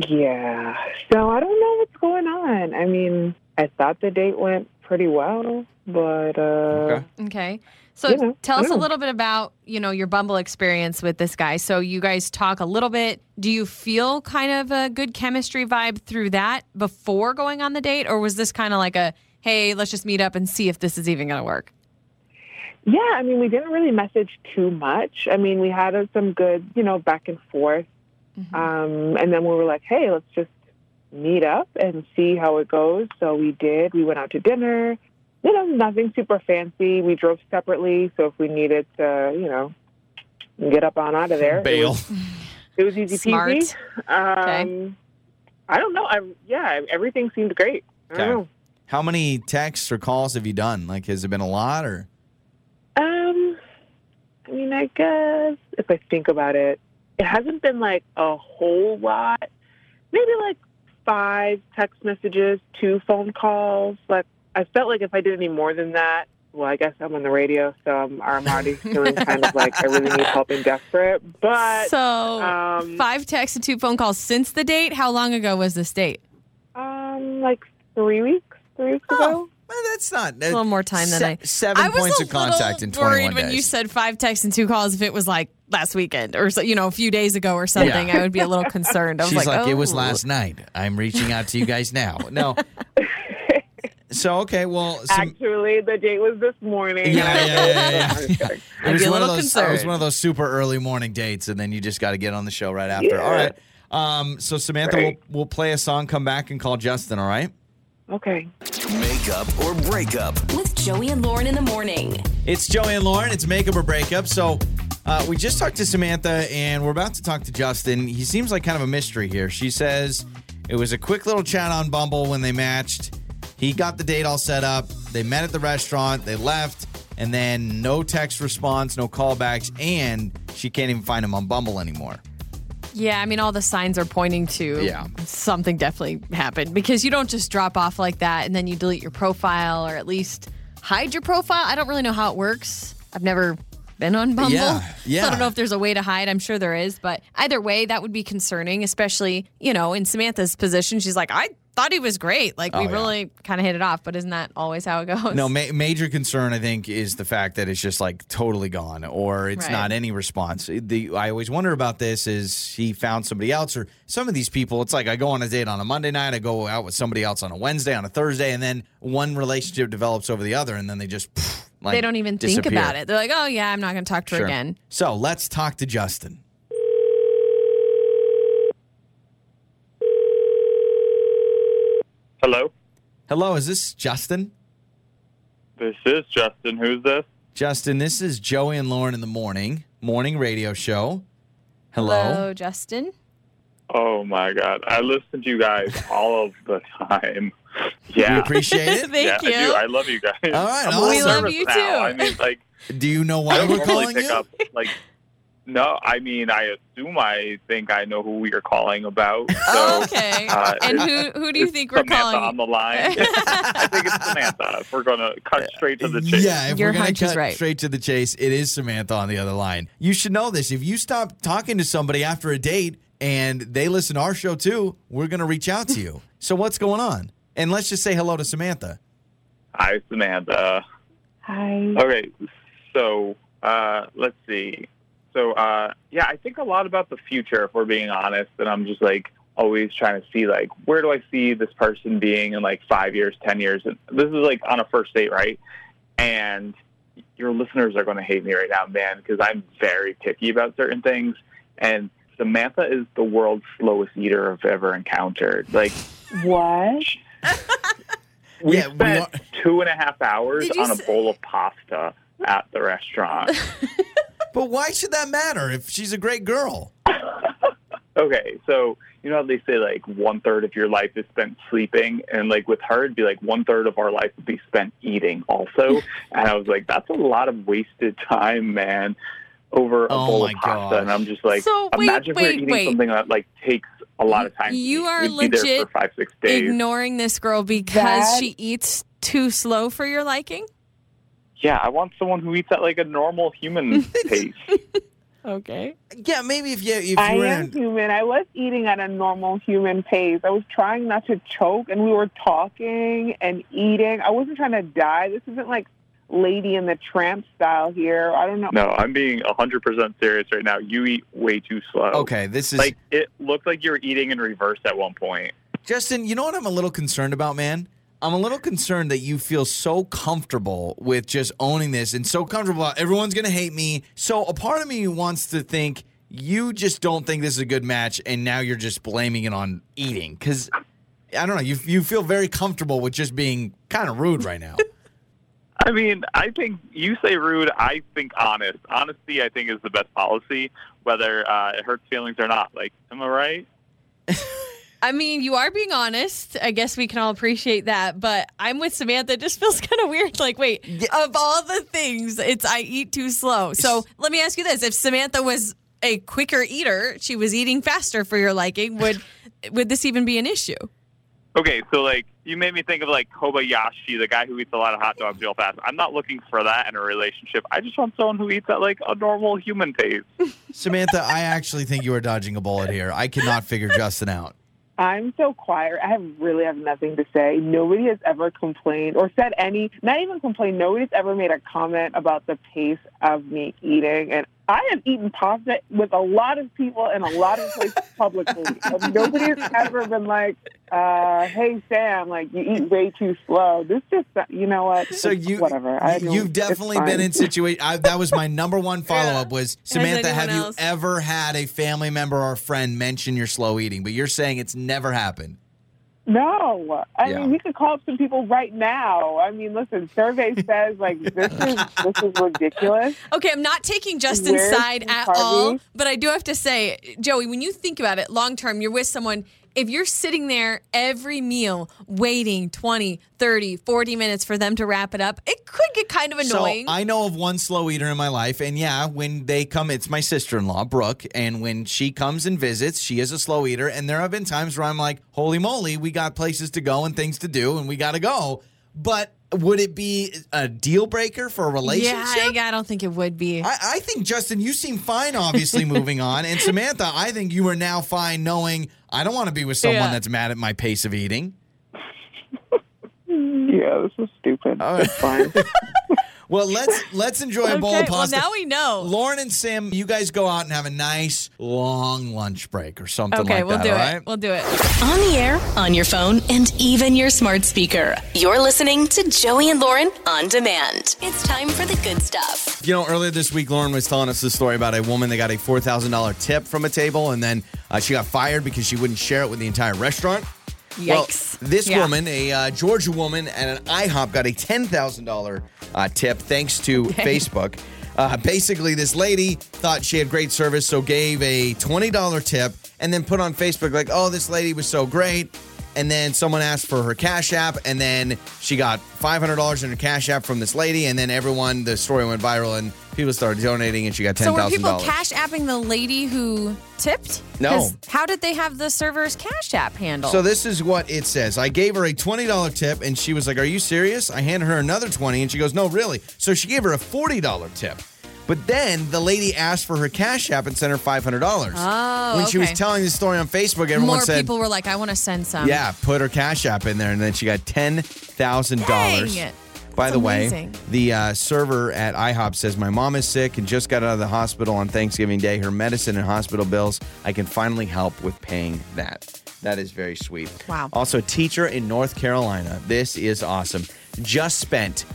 Speaker 6: Yeah. So I don't know what's going on. I mean, I thought the date went pretty well, but (laughs) uh
Speaker 3: Okay. So
Speaker 6: Yeah,
Speaker 3: tell
Speaker 6: I
Speaker 3: us a
Speaker 6: don't know.
Speaker 3: little bit about, you know, your Bumble experience with this guy. So you guys talk a little bit. Do you feel kind of a good chemistry vibe through that before going on the date or was this kind of like a hey, let's just meet up and see if this is even going to work?
Speaker 6: yeah, I mean, we didn't really message too much. I mean, we had uh, some good, you know, back and forth. Um, and then we were like, hey, let's just meet up and see how it goes. So we did. We went out to dinner. You know, nothing super fancy. We drove separately. So if we needed to, you know, get up on out of there, it was
Speaker 2: Bail.
Speaker 6: It was easy
Speaker 3: Smart.
Speaker 6: peasy. Um, I don't know. I yeah, everything seemed great. I don't
Speaker 2: Okay.
Speaker 6: know.
Speaker 2: How many texts or calls have you done? Like, has it been a lot or?
Speaker 6: Um, I mean, I guess if I think about it, it hasn't been like a whole lot. Maybe like five text messages, two phone calls. Like I felt like if I did any more than that, well, I guess I'm on the radio, so I'm, I'm already feeling kind of like I really need help and desperate.
Speaker 3: (laughs)
Speaker 6: But
Speaker 3: so
Speaker 6: um,
Speaker 3: five texts and two phone calls since the date. How long ago was this date?
Speaker 6: um, like three weeks, three weeks
Speaker 3: Oh.
Speaker 6: ago.
Speaker 2: Well, that's not a
Speaker 3: little more time than I-
Speaker 2: Seven
Speaker 3: I was
Speaker 2: points
Speaker 3: a
Speaker 2: of contact
Speaker 3: little
Speaker 2: in
Speaker 3: worried
Speaker 2: 21
Speaker 3: when
Speaker 2: days.
Speaker 3: you said five texts and two calls if it was like last weekend or so, you know, a few days ago or something. I would be a little concerned. I was
Speaker 2: She's like, it was
Speaker 3: "Oh."
Speaker 2: last night. I'm reaching out to you guys now. No.
Speaker 6: (laughs)
Speaker 2: so okay, well, some,
Speaker 6: Actually, the date was this morning.
Speaker 2: Yeah,
Speaker 6: and I
Speaker 2: yeah, yeah, yeah,
Speaker 6: told him I was
Speaker 2: it was
Speaker 3: be a
Speaker 2: one of
Speaker 3: little
Speaker 2: those. It was
Speaker 3: concerned.
Speaker 2: one of those super early morning dates, and then you just got to get on the show right after.
Speaker 6: Yeah.
Speaker 2: All right. Um, so Samantha,
Speaker 6: Right.
Speaker 2: we'll, we'll play a song, come back, and call Justin. All right.
Speaker 6: like, (laughs) okay.
Speaker 5: Make up or break up.
Speaker 1: With Joey and Lauren in the morning.
Speaker 2: It's Joey and Lauren. It's makeup or breakup. So uh, we just talked to Samantha, and we're about to talk to Justin. He seems like kind of a mystery here. She says it was a quick little chat on Bumble when they matched. He got the date all set up. They met at the restaurant. They left, and then no text response, no callbacks, and she can't even find him on Bumble anymore.
Speaker 3: Yeah, I mean, all the signs are pointing to
Speaker 2: Yeah.
Speaker 3: something definitely happened because you don't just drop off like that and then you delete your profile or at least hide your profile. I don't really know how it works. I've never been on Bumble.
Speaker 7: Yeah,
Speaker 3: (laughs) So I
Speaker 7: yeah.
Speaker 3: don't know if there's a way to hide. I'm sure there is, but either way, that would be concerning, especially, you know, in Samantha's position. She's like, I thought he was great. Like, we
Speaker 7: yeah.
Speaker 3: really kind of hit it off, but isn't that always how it goes? (laughs)
Speaker 2: No, ma- major concern I think is the fact that it's just like totally gone, or it's
Speaker 3: Right.
Speaker 2: not any response. The I always wonder about this is he found somebody else, or some of these people. It's like I go on a date on a Monday night, I go out with somebody else on a Wednesday, on a Thursday, and then one relationship develops over the other, and then they just pff, like
Speaker 3: they don't even think
Speaker 2: disappear.
Speaker 3: about it. They're like, oh, yeah, I'm not going to talk to her
Speaker 2: Sure.
Speaker 3: again.
Speaker 2: So let's talk to Justin.
Speaker 8: Hello,
Speaker 2: Hello, is this Justin?
Speaker 8: this is Justin. Who's this?
Speaker 2: Justin, this is Joey and Lauren in the morning morning radio show.
Speaker 3: Hello, Justin.
Speaker 8: Oh my God, I listen to you guys all of the time. Yeah,
Speaker 2: We appreciate it.
Speaker 3: (laughs) Thank
Speaker 8: yeah, I
Speaker 3: you.
Speaker 8: do. I love you guys.
Speaker 2: All right,
Speaker 8: I'm a little
Speaker 2: We love
Speaker 8: nervous
Speaker 3: you
Speaker 8: now.
Speaker 3: too.
Speaker 8: I mean, like
Speaker 2: Do you know
Speaker 8: I
Speaker 2: why (laughs)
Speaker 8: don't
Speaker 2: we're
Speaker 8: normally
Speaker 2: calling
Speaker 8: pick
Speaker 2: you?
Speaker 8: up. Like, no, I mean, I assume I think I know who we are calling
Speaker 3: (laughs)
Speaker 8: about. So,
Speaker 3: Oh, okay.
Speaker 8: uh,
Speaker 3: and
Speaker 8: it's-
Speaker 3: who who do you
Speaker 8: it's
Speaker 3: think we're
Speaker 8: Samantha
Speaker 3: calling?
Speaker 8: on
Speaker 3: (laughs)
Speaker 8: the line? I think it's Samantha. If we're gonna
Speaker 2: (laughs)
Speaker 8: cut straight to the chase.
Speaker 2: Yeah, if
Speaker 3: Your
Speaker 2: we're going
Speaker 3: hunch
Speaker 2: to
Speaker 3: is
Speaker 2: cut
Speaker 3: right.
Speaker 2: straight to the chase, it is Samantha on the other line. You should know this. If you stop talking to somebody after a date and they listen to our show too, we're going to reach out to (laughs) you. so what's going on? And let's just say hello to Samantha.
Speaker 8: Hi, Samantha.
Speaker 6: Hi.
Speaker 8: Okay, so uh, let's see. So uh, yeah, I think a lot about the future, if we're being honest, and I'm just like always trying to see like where do I see this person being in like five years, ten years, and this is like on a first date, right? And your listeners are going to hate me right now, man, because I'm very picky about certain things, and Samantha is the world's slowest eater I've ever encountered. Like
Speaker 6: What?
Speaker 8: we
Speaker 2: Yeah, we
Speaker 8: spent two and a half hours
Speaker 3: Did you
Speaker 8: on a
Speaker 3: say-
Speaker 8: bowl of pasta at the restaurant.
Speaker 2: But why should that matter if she's a great girl?
Speaker 8: okay, so you know how they say like one third of your life is spent sleeping, and like with her, it'd be like one third of our life would be spent eating
Speaker 2: (laughs)
Speaker 8: also. and I was like, that's a lot of wasted time, man, over a
Speaker 2: Oh
Speaker 8: bowl
Speaker 2: my
Speaker 8: of pasta.
Speaker 2: gosh.
Speaker 8: And I'm just like,
Speaker 3: So, wait,
Speaker 8: imagine if we're
Speaker 3: wait,
Speaker 8: eating
Speaker 3: wait.
Speaker 8: something that like takes a lot of time. to
Speaker 3: You
Speaker 8: eat.
Speaker 3: are
Speaker 8: We'd be there
Speaker 3: legit
Speaker 8: for five six days.
Speaker 3: Ignoring this girl because
Speaker 6: That-
Speaker 3: she eats too slow for your liking?
Speaker 8: yeah, I want someone who eats at like a normal
Speaker 3: (laughs)
Speaker 8: human pace.
Speaker 3: Okay.
Speaker 2: Yeah, maybe if you if you
Speaker 6: I
Speaker 2: were
Speaker 6: am
Speaker 2: in a,
Speaker 6: human. I was eating at a normal human pace. I was trying not to choke, and we were talking and eating. I wasn't trying to die. This isn't like Lady and the Tramp style here. I don't know.
Speaker 8: No, I'm being 100% serious right now. You eat way too slow.
Speaker 2: Okay, this is
Speaker 8: Like, it looked like you were eating in reverse at one point.
Speaker 2: Justin, you know what I'm a little concerned about, man? I'm a little concerned that you feel so comfortable with just owning this and so comfortable about everyone's going to hate me. So a part of me wants to think you just don't think this is a good match and now you're just blaming it on eating cuz I don't know, you you feel very comfortable with just being kind of rude right now.
Speaker 8: I mean, I think you say rude. I think honest. Honesty, I think, is the best policy, whether uh, it hurts feelings or not. Like, am I right?
Speaker 3: I mean, you are being honest. I guess we can all appreciate that, but I'm with Samantha. It just feels (laughs) kind of weird. Like, wait, of all the things, it's I eat too slow. So let me ask you this: If Samantha was a quicker eater, she was eating faster for your liking. Would would this even be an issue?
Speaker 8: Okay, so like you made me think of like Kobayashi, the guy who eats a lot of hot dogs real fast. I'm not looking for that in a relationship. I just want someone who eats at like a normal human pace.
Speaker 2: Samantha, I actually think you are dodging a bullet here. I cannot figure Justin out.
Speaker 6: I'm so quiet. I have really have nothing to say. Nobody has ever complained or said any, not even complained. Nobody's ever made a comment about the pace of me eating. And I have eaten pasta with a lot of people in a lot of places publicly. And nobody has ever been like, uh, "Hey Sam, like you eat way too slow." This just, you know what?
Speaker 2: So
Speaker 6: It's
Speaker 2: you,
Speaker 6: whatever. I don't-
Speaker 2: you've
Speaker 6: it's
Speaker 2: definitely
Speaker 6: fine.
Speaker 2: been in situation. That was my number
Speaker 3: (laughs)
Speaker 2: one follow up was Samantha.
Speaker 3: anyone
Speaker 2: Have you
Speaker 3: else?
Speaker 2: ever had a family member or friend mention your slow eating? But you're saying it's never happened.
Speaker 6: No, I
Speaker 2: Yeah.
Speaker 6: mean we could call up some people right now. I mean, listen, survey says like this is this is ridiculous.
Speaker 3: Okay, I'm not taking Justin's
Speaker 6: Where's
Speaker 3: side
Speaker 6: the
Speaker 3: at
Speaker 6: Harvey?
Speaker 3: all, but I do have to say, Joey, when you think about it long term, you're with someone, if you're sitting there every meal waiting 20, 30, 40 minutes for them to wrap it up, it could get kind of annoying.
Speaker 2: So I know of one slow eater in my life, and yeah, when they come, it's my sister in law, Brooke, and when she comes and visits, she is a slow eater. And there have been times where I'm like, "Holy moly, we got places to go and things to do, and we got to go." But
Speaker 9: would it be a deal breaker for a
Speaker 3: Yeah,
Speaker 9: relationship?
Speaker 3: I, I don't think it would be.
Speaker 9: I, I think Justin, you seem fine, obviously
Speaker 3: (laughs)
Speaker 9: moving on, and Samantha, I think you are now fine, knowing I don't want to be with someone
Speaker 3: Yeah.
Speaker 9: that's mad at my pace of eating.
Speaker 6: Yeah, this is stupid.
Speaker 10: Oh.
Speaker 6: It's fine.
Speaker 9: Well,
Speaker 3: (laughs)
Speaker 9: let's let's enjoy a bowl
Speaker 3: Okay,
Speaker 9: of
Speaker 3: well,
Speaker 9: pasta.
Speaker 3: now we know.
Speaker 9: Lauren and Sam, you guys go out and have a nice long lunch break or something
Speaker 3: Okay,
Speaker 9: like
Speaker 3: we'll
Speaker 9: that.
Speaker 3: do it.
Speaker 9: all right?
Speaker 3: We'll do it.
Speaker 1: On the air, on your phone, and even your smart speaker. You're listening to Joey and Lauren on demand. It's time for the good stuff.
Speaker 2: You know, earlier this week, Lauren was telling us the story about a woman that got a $4,000 tip from a table, and then uh, she got fired because she wouldn't share it with the entire restaurant.
Speaker 3: Yikes.
Speaker 2: Well, this
Speaker 3: Yeah.
Speaker 2: woman, a uh, Georgia woman at an IHOP, got a $10,000 uh, tip thanks to
Speaker 3: (laughs)
Speaker 2: Facebook. Uh, basically, this lady thought she had great service, so gave a $20 tip and then put on Facebook, like, oh, this lady was so great. And then someone asked for her Cash App, and then she got $500 in her Cash App from this lady. And then everyone, the story went viral, and people started donating, and she got $10,000.
Speaker 3: So were people cash apping the lady who tipped?
Speaker 2: No.
Speaker 3: 'Cause How did they have the server's cash app handle?
Speaker 2: So this is what it says. I gave her a $20 tip and she was like, "Are you serious?" I handed her another 20 and she goes, "No, really." So she gave her a $40 tip. But then the lady asked for her Cash App and sent her $500.
Speaker 3: Oh,
Speaker 2: when she was
Speaker 3: okay.
Speaker 2: telling this story on Facebook, everyone
Speaker 3: More
Speaker 2: said,
Speaker 3: people were like, I want to send some.
Speaker 2: "Yeah, put her Cash App in there." And then she got $10,000.
Speaker 3: Dang it.
Speaker 2: By
Speaker 3: That's
Speaker 2: the way,
Speaker 3: amazing.
Speaker 2: the uh, server at IHOP says, My mom is sick and just got out of the hospital on Thanksgiving Day. Her medicine and hospital bills. I can finally help with paying that. That is very sweet.
Speaker 3: Wow.
Speaker 2: Also, teacher in North Carolina. This is awesome. Just spent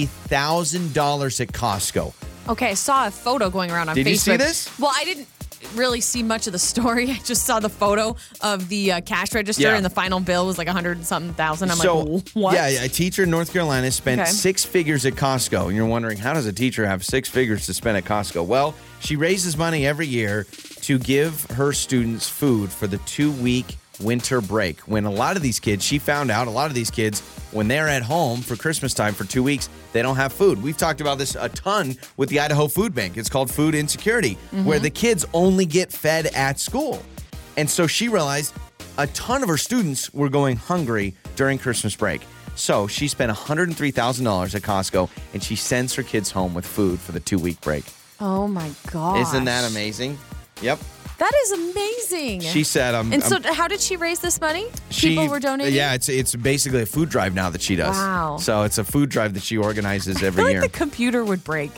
Speaker 2: $103,000 at Costco.
Speaker 3: Okay, I saw a photo going around on
Speaker 2: Did
Speaker 3: Facebook.
Speaker 2: you see this?
Speaker 3: Well, I didn't really see much of the story. (laughs) I just saw the photo of the uh, cash register,
Speaker 2: Yeah.
Speaker 3: and the final bill was like a hundred and something thousand. I'm like, what?
Speaker 2: Yeah, a teacher in North Carolina spent
Speaker 3: Okay.
Speaker 2: six figures at Costco. And you're wondering, how does a teacher have six figures to spend at Costco? Well, she raises money every year to give her students food for the two week winter break. When a lot of these kids, she found out a lot of these kids, when they're at home for Christmas time for two weeks, they don't have food. We've talked about this a ton with the Idaho Food Bank. It's called food insecurity, where
Speaker 3: Mm-hmm.
Speaker 2: the kids only get fed at school. And so she realized a ton of her students were going hungry during Christmas break. So she spent $103,000 at Costco and she sends her kids home with food for the two week break.
Speaker 3: Oh my god!
Speaker 2: Isn't that amazing? Yep.
Speaker 3: That is amazing.
Speaker 2: She said, um,
Speaker 3: and so,
Speaker 2: um,
Speaker 3: how did she raise this money?
Speaker 2: she-
Speaker 3: People were donating.
Speaker 2: Yeah, it's it's basically a food drive now that she does.
Speaker 3: Wow.
Speaker 2: So it's a food drive that she organizes
Speaker 3: I
Speaker 2: every
Speaker 3: feel like
Speaker 2: year.
Speaker 3: the computer would break.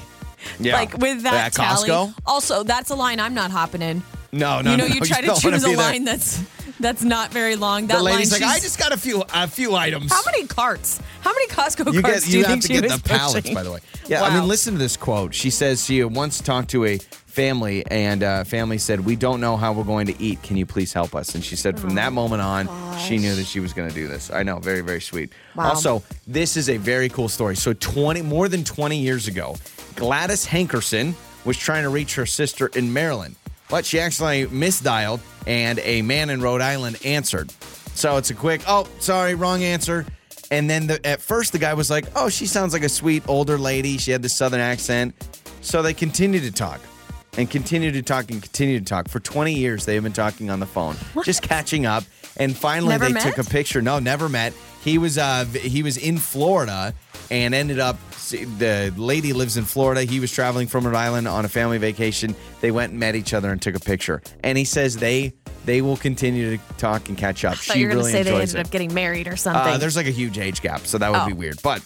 Speaker 2: yeah.
Speaker 3: Like with that
Speaker 2: At
Speaker 3: tally.
Speaker 2: Costco?
Speaker 3: Also, that's a line I'm not hopping in.
Speaker 2: No, no,
Speaker 3: you
Speaker 2: (laughs)
Speaker 3: know,
Speaker 2: no,
Speaker 3: you try to
Speaker 2: don't wanna
Speaker 3: choose a
Speaker 2: be there.
Speaker 3: line that's that's not very long. That
Speaker 2: The lady's
Speaker 3: line,
Speaker 2: like, I
Speaker 3: she's-
Speaker 2: just got a few a few items.
Speaker 3: How many carts? How many Costco
Speaker 2: you
Speaker 3: carts
Speaker 2: get,
Speaker 3: do
Speaker 2: you,
Speaker 3: you,
Speaker 2: have
Speaker 3: think
Speaker 2: to
Speaker 3: she
Speaker 2: get
Speaker 3: was
Speaker 2: the pallets,
Speaker 3: pushing?
Speaker 2: by
Speaker 3: (laughs)
Speaker 2: the way. Yeah, I
Speaker 3: Wow.
Speaker 2: mean, listen to this quote. She says she once talked to a family, and uh, family said, "We don't know how we're going to eat. Can you please help us?" And she said, from
Speaker 3: Oh,
Speaker 2: that moment on, she knew that she was going to do this. I know, very, very sweet.
Speaker 3: Wow.
Speaker 2: Also, this is a very cool story. So, twenty more than twenty years ago, Gladys Hankerson was trying to reach her sister in Maryland, but she actually misdialed, and a man in Rhode Island answered. So it's a quick, oh, sorry, wrong answer. And then the, at first, the guy was like, oh, she sounds like a sweet older lady. She had this southern accent. So they continued to talk and continued to talk and continued to talk. For 20 years, they have been talking on the phone, just catching up. And finally,
Speaker 3: Never
Speaker 2: they
Speaker 3: met?
Speaker 2: took a picture. No, never met. He was uh, v- he was in Florida and ended up. The lady lives in Florida. He was traveling from Rhode Island on a family vacation. They went and met each other and took a picture. And he says they they will continue to talk and catch up.
Speaker 3: I thought
Speaker 2: she
Speaker 3: you were
Speaker 2: really
Speaker 3: going to say they
Speaker 2: enjoys
Speaker 3: ended
Speaker 2: it.
Speaker 3: up getting married or something.
Speaker 2: Uh,
Speaker 3: (laughs)
Speaker 2: there's like a huge age gap, so that would
Speaker 3: Oh.
Speaker 2: be weird. But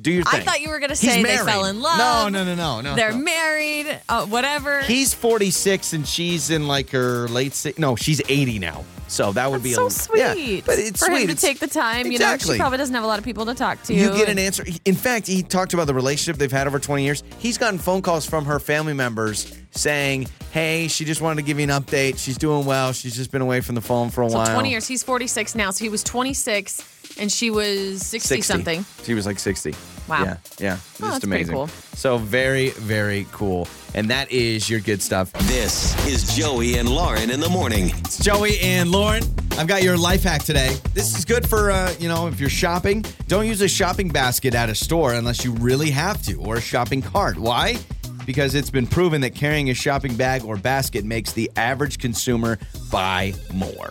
Speaker 2: do your
Speaker 3: I
Speaker 2: thing.
Speaker 3: thought you were gonna
Speaker 2: He's
Speaker 3: say they
Speaker 2: married.
Speaker 3: fell in love.
Speaker 2: No, no, no, no, no.
Speaker 3: They're
Speaker 2: no.
Speaker 3: married, uh, whatever.
Speaker 2: He's 46 and she's in like her late si- no, she's 80 now. So that would be
Speaker 3: so
Speaker 2: a,
Speaker 3: sweet.
Speaker 2: Yeah, but it's
Speaker 3: for
Speaker 2: sweet
Speaker 3: him to
Speaker 2: It's-
Speaker 3: take the time. You know,
Speaker 2: Exactly.
Speaker 3: she probably doesn't have a lot of people to talk to.
Speaker 2: You get an
Speaker 3: and-
Speaker 2: answer. In fact, he talked about the relationship they've had over 20 years. He's gotten phone calls from her family members saying, "Hey, she just wanted to give you an update. She's doing well. She's just been away from the phone for a
Speaker 3: So
Speaker 2: while."
Speaker 3: 20 years. He's 46 now. So he was 26 and she was 60,
Speaker 2: 60.
Speaker 3: something.
Speaker 2: She was like 60.
Speaker 3: Wow. Oh,
Speaker 2: Yeah. Yeah. Just
Speaker 3: that's pretty
Speaker 2: amazing.
Speaker 3: cool.
Speaker 2: So very, very cool. And that is your good stuff.
Speaker 5: This is Joey and Lauren in the morning.
Speaker 2: It's Joey and Lauren. I've got your life hack today. This is good for, uh, you know, if you're shopping, don't use a shopping basket at a store unless you really have to or a shopping cart. Why? Because it's been proven that carrying a shopping bag or basket makes the average consumer buy more.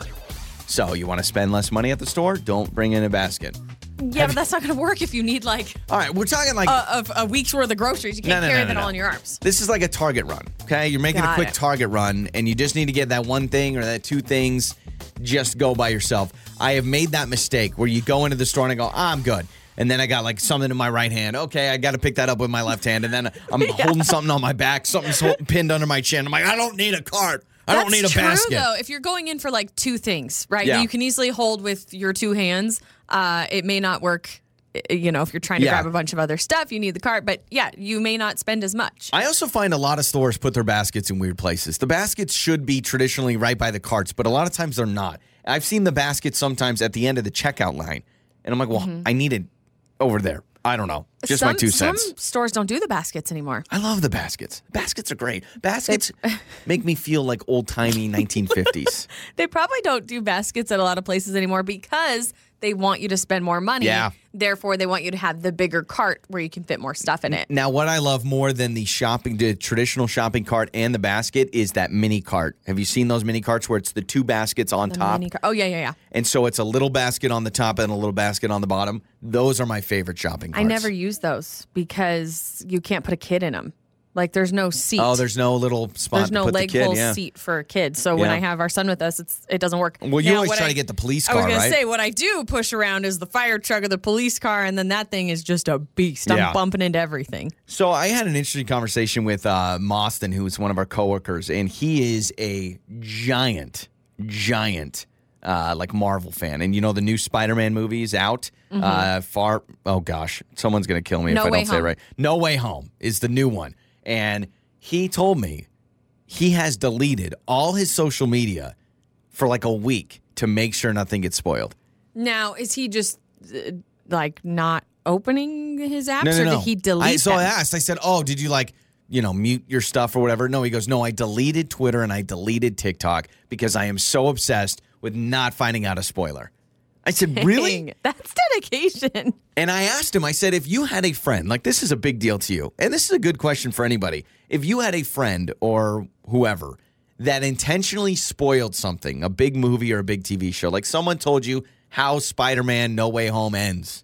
Speaker 2: So you want to spend less money at the store? Don't bring in a basket.
Speaker 3: Yeah, but that's not going to work if you need like
Speaker 2: All right, we're talking like
Speaker 3: a, a, a week's worth of groceries. You
Speaker 2: No,
Speaker 3: can't
Speaker 2: no,
Speaker 3: carry
Speaker 2: no, no,
Speaker 3: that
Speaker 2: no.
Speaker 3: all in your arms.
Speaker 2: This is like a target run. Okay, you're making a
Speaker 3: Got
Speaker 2: quick
Speaker 3: it.
Speaker 2: target run, and you just need to get that one thing or that two things. Just go by yourself. I have made that mistake where you go into the store and I go, "Ah, I'm good. And then I got like something in my right hand. Okay, I got to pick that up with my left hand. And then
Speaker 3: (laughs)
Speaker 2: I'm holding something on my back. Something's hol- pinned under my chin. I'm like, I don't need a cart. I don't
Speaker 3: That's
Speaker 2: need a
Speaker 3: true,
Speaker 2: basket.
Speaker 3: though. If you're going in for like two things, right, that
Speaker 2: Yeah.
Speaker 3: you can easily hold with your two hands, uh, it may not work. i- You know, if you're trying to
Speaker 2: Yeah.
Speaker 3: grab a bunch of other stuff, you need the cart. But yeah, you may not spend as much.
Speaker 2: I also find a lot of stores put their baskets in weird places. The baskets should be traditionally right by the carts, but a lot of times they're not. I've seen the baskets sometimes at the end of the checkout line, and I'm like, well, I need it over there. I don't know. Just
Speaker 3: Mm-hmm. some,
Speaker 2: my two cents.
Speaker 3: Some stores don't do the baskets anymore.
Speaker 2: I love the baskets. Baskets are great. Baskets
Speaker 3: (laughs)
Speaker 2: make me feel like old timey 1950s.
Speaker 3: They probably don't do baskets at a lot of places anymore because they want you to spend more money.
Speaker 2: Yeah.
Speaker 3: Therefore, they want you to have the bigger cart where you can fit more stuff in it.
Speaker 2: Now, what I love more than the shopping, the traditional shopping cart and the basket is that mini cart. Have you seen those mini carts where it's the two baskets on top?
Speaker 3: Mini cart. Oh, yeah, yeah, yeah.
Speaker 2: And so it's a little basket on the top and a little basket on the bottom. Those are my favorite shopping
Speaker 3: I
Speaker 2: carts.
Speaker 3: never use those because you can't put a kid in them. Like, there's no seat.
Speaker 2: Oh, there's no little spot
Speaker 3: There's
Speaker 2: to
Speaker 3: no
Speaker 2: put
Speaker 3: leg
Speaker 2: the kid.
Speaker 3: hole
Speaker 2: yeah.
Speaker 3: seat for a kid. So when
Speaker 2: Yeah.
Speaker 3: I have our son with us, it's it doesn't work.
Speaker 2: Well, you
Speaker 3: Now,
Speaker 2: always
Speaker 3: what
Speaker 2: try
Speaker 3: I-
Speaker 2: to get the police
Speaker 3: I was
Speaker 2: car,
Speaker 3: gonna
Speaker 2: right?
Speaker 3: say what I do push around is the fire truck or the police car, and then that thing is just a beast.
Speaker 2: Yeah.
Speaker 3: I'm bumping into everything.
Speaker 2: So I had an interesting conversation with uh, Mostyn, who is one of our coworkers, and he is a giant, giant, uh, like Marvel fan. And you know the new Spider-Man movie is out. Uh, far, oh gosh, someone's gonna kill me
Speaker 3: Mm-hmm. No
Speaker 2: if I
Speaker 3: Way
Speaker 2: don't say it
Speaker 3: Home.
Speaker 2: right. No Way Home is the new one, and he told me he has deleted all his social media for like a week to make sure nothing gets spoiled.
Speaker 3: Now, is he just uh, like not opening his apps, or did he delete
Speaker 2: I, so I
Speaker 3: them?
Speaker 2: asked. I said, "Oh, did you like, you know, mute your stuff or whatever?" No, he goes, "No, I deleted Twitter and I deleted TikTok because I am so obsessed with not finding out a spoiler." I
Speaker 3: (laughs)
Speaker 2: said, "Really?"
Speaker 3: Dang, That's dedication.
Speaker 2: And I asked him. I said, "If you had a friend, like this is a big deal to you, and this is a good question for anybody. If you had a friend or whoever that intentionally spoiled something, a big movie or a big TV show, like someone told you how Spider-Man: No Way Home ends,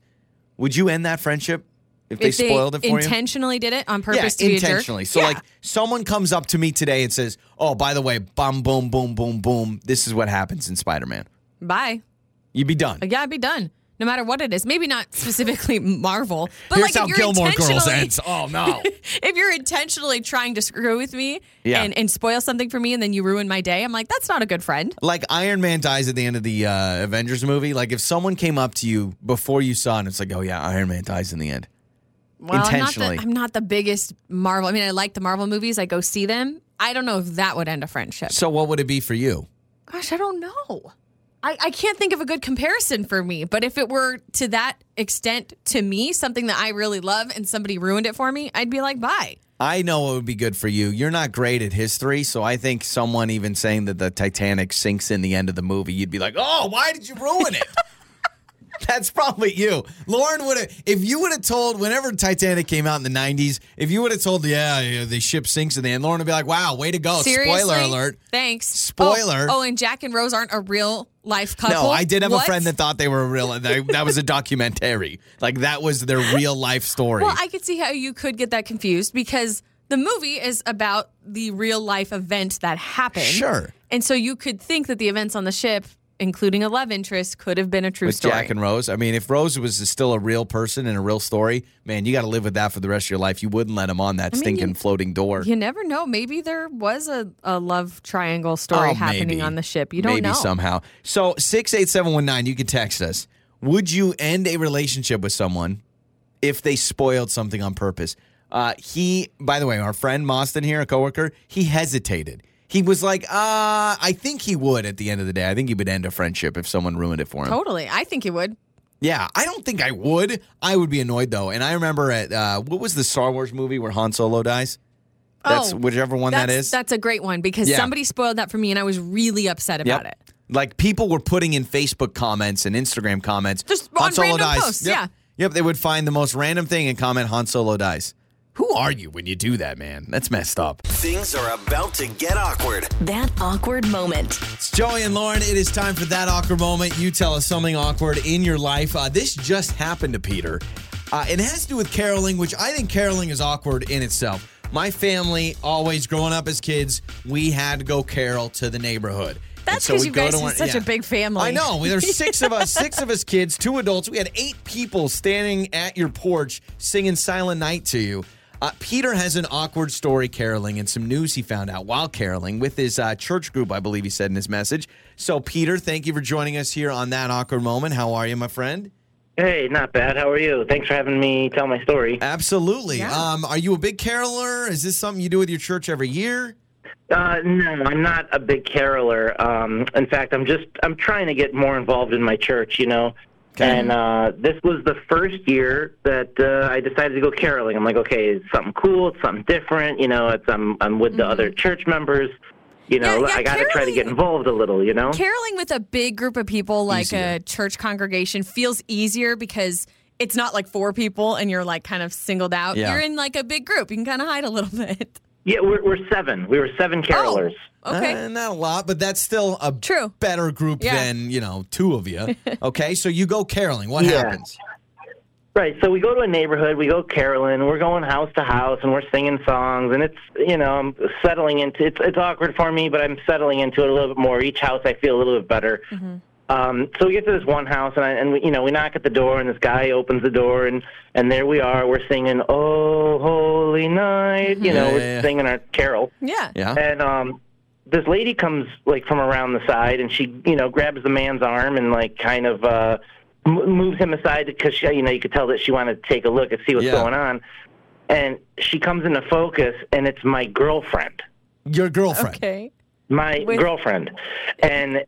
Speaker 2: would you end that friendship?" If (laughs) they,
Speaker 3: if they
Speaker 2: spoiled it for you?
Speaker 3: intentionally did it on purpose
Speaker 2: yeah,
Speaker 3: to be a jerk?
Speaker 2: intentionally. So
Speaker 3: Yeah.
Speaker 2: like someone comes up to me today and says, "Oh, by the way, boom, boom, boom, boom, boom. This is what happens in Spider-Man."
Speaker 3: bye.
Speaker 2: You'd be done.
Speaker 3: Like, yeah, I'd be done. No matter what it is, maybe not specifically (laughs) Marvel, but
Speaker 2: Here's
Speaker 3: like
Speaker 2: how
Speaker 3: if you're
Speaker 2: Gilmore Girls
Speaker 3: intentionally-
Speaker 2: ends. Oh
Speaker 3: (laughs)
Speaker 2: no.
Speaker 3: if you're intentionally trying to screw with me
Speaker 2: Yeah.
Speaker 3: and, and spoil something for me and then you ruin my day, I'm like, that's not a good friend.
Speaker 2: like Iron Man dies at the end of the uh, Avengers movie. Like if someone came up to you before you saw it, and it's like, "Oh yeah, Iron Man dies in the end."
Speaker 3: Well, I'm
Speaker 2: Intentionally.
Speaker 3: not, the, I'm not the biggest Marvel. I mean, I like the Marvel movies, I go see them. I don't know if that would end a friendship.
Speaker 2: So what would it be for you?
Speaker 3: Gosh, I don't know. I, I can't think of a good comparison for me, but if it were to that extent to me, something that I really love and somebody ruined it for me, I'd be like, bye.
Speaker 2: I know it would be good for you. You're not great at history, so I think someone even saying that the Titanic sinks in the end of the movie, you'd be like, "Oh, why did you ruin
Speaker 3: (laughs)
Speaker 2: it?" That's probably you. Lauren would have if you would have told whenever Titanic came out in the 90s, if you would have told, "Yeah, yeah, the ship sinks in the end." Lauren would be like, "Wow, way to go."
Speaker 3: Seriously?
Speaker 2: Oh, Spoiler alert.
Speaker 3: Thanks.
Speaker 2: Spoiler.
Speaker 3: Oh, oh, and Jack and Rose aren't a real life couple.
Speaker 2: No, I did have a
Speaker 3: What?
Speaker 2: friend that thought they were real. That, that
Speaker 3: (laughs)
Speaker 2: was a documentary. Like that was their real life story.
Speaker 3: Well, I could see how you could get that confused because the movie is about the real life event that happened.
Speaker 2: Sure.
Speaker 3: And so you could think that the events on the ship, including a love interest, could have been a true
Speaker 2: with
Speaker 3: story.
Speaker 2: Jack and Rose. I mean, if Rose was still a real person and a real story, man, you got to live with that for the rest of your life. You wouldn't let him on that stinking floating door.
Speaker 3: you never know. Maybe there was a, a love triangle story
Speaker 2: Oh,
Speaker 3: happening
Speaker 2: maybe.
Speaker 3: on the ship. You don't
Speaker 2: maybe
Speaker 3: know.
Speaker 2: somehow. So six eight seven one nine. You can text us. Would you end a relationship with someone if they spoiled something on purpose? Uh, he, by the way, our friend Mostyn here, a coworker, he hesitated. He was like, uh, I think he would at the end of the day. I think he would end a friendship if someone ruined it for him.
Speaker 3: Totally. I think it would.
Speaker 2: Yeah, I don't think I would. I would be annoyed though. And I remember at uh, what was the Star Wars movie where Han Solo dies? That's
Speaker 3: Oh,
Speaker 2: whichever one that
Speaker 3: that's,
Speaker 2: is.
Speaker 3: That's a great one because
Speaker 2: Yeah.
Speaker 3: somebody spoiled that for me and I was really upset
Speaker 2: Yep.
Speaker 3: about it.
Speaker 2: Like people were putting in Facebook comments and Instagram comments.
Speaker 3: Just
Speaker 2: Han
Speaker 3: on
Speaker 2: Solo
Speaker 3: random
Speaker 2: dies.
Speaker 3: posts,
Speaker 2: Yep.
Speaker 3: yeah.
Speaker 2: Yep, they would find the most random thing and comment Han Solo dies. Who are you when you do that, man? That's messed up.
Speaker 5: Things are about to get awkward.
Speaker 1: That awkward moment.
Speaker 2: It's Joey and Lauren. It is time for that awkward moment. You tell us something awkward in your life. Uh, this just happened to Peter. Uh, it has to do with caroling, which I think caroling is awkward in itself. My family always, growing up as kids, we had to go carol to the neighborhood. And
Speaker 3: That's
Speaker 2: so
Speaker 3: because
Speaker 2: we'd
Speaker 3: you
Speaker 2: go
Speaker 3: guys
Speaker 2: to
Speaker 3: are
Speaker 2: one-
Speaker 3: such
Speaker 2: yeah.
Speaker 3: a big family.
Speaker 2: I know. There's six of
Speaker 3: (laughs)
Speaker 2: us, six of us kids, two adults. We had eight people standing at your porch singing Silent Night to you. Uh, Peter has an awkward story caroling and some news he found out while caroling with his uh, church group, I believe he said in his message. So, Peter, thank you for joining us here on that awkward moment. How are you, my friend?
Speaker 10: Hey, not bad. How are you? Thanks for having me tell my story.
Speaker 2: Absolutely.
Speaker 3: Yeah.
Speaker 2: Um, are you a big caroler? Is this something you do with your church every year?
Speaker 10: Uh, no, I'm not a big caroler. Um, in fact, I'm just I'm trying to get more involved in my church. You know, and uh, this was the first year that uh, I decided to go caroling. I'm like, okay, it's something cool, it's something different. You know, it's I'm I'm with the other church members. You know,
Speaker 3: Mm-hmm. Yeah, yeah,
Speaker 10: I got to try to get
Speaker 3: caroling-
Speaker 10: involved a little. You know.
Speaker 3: Caroling with a big group of people, like
Speaker 2: Easier.
Speaker 3: a church congregation, feels easier because it's not like four people and you're like kind of singled out.
Speaker 2: Yeah.
Speaker 3: You're in like a big group. You can kind of hide a little (laughs) bit.
Speaker 10: yeah, we're we're seven. We were seven
Speaker 3: Oh.
Speaker 10: carolers.
Speaker 3: Okay.
Speaker 2: Uh, not a lot, but that's still a
Speaker 3: True.
Speaker 2: better group
Speaker 3: Yeah.
Speaker 2: than, you know, two of
Speaker 3: (laughs)
Speaker 2: you. Okay, so you go caroling. What
Speaker 10: Yeah.
Speaker 2: happens?
Speaker 10: Right, so we go to a neighborhood, we go caroling, we're going house to house, and we're singing songs, and it's you know I'm settling into it's it's awkward for me, but I'm settling into it a little bit more. Each house I feel a little bit better. Um, so we get to this one house, and I, and we, you know we knock at the door, and this guy opens the door, and and there we are, we're singing "Oh Holy Night," you know,
Speaker 2: Yeah,
Speaker 10: we're
Speaker 2: yeah, yeah.
Speaker 10: singing our carol,
Speaker 3: Yeah.
Speaker 2: Yeah.
Speaker 10: and um, this lady comes like from around the side, and she you know grabs the man's arm and like kind of uh, m- moves him aside because you know you could tell that she wanted to take a look and see what's
Speaker 2: Yeah.
Speaker 10: going on. And she comes into focus, and it's my girlfriend,
Speaker 2: Your girlfriend. Oh,
Speaker 3: Okay.
Speaker 10: my
Speaker 3: With-
Speaker 10: girlfriend, and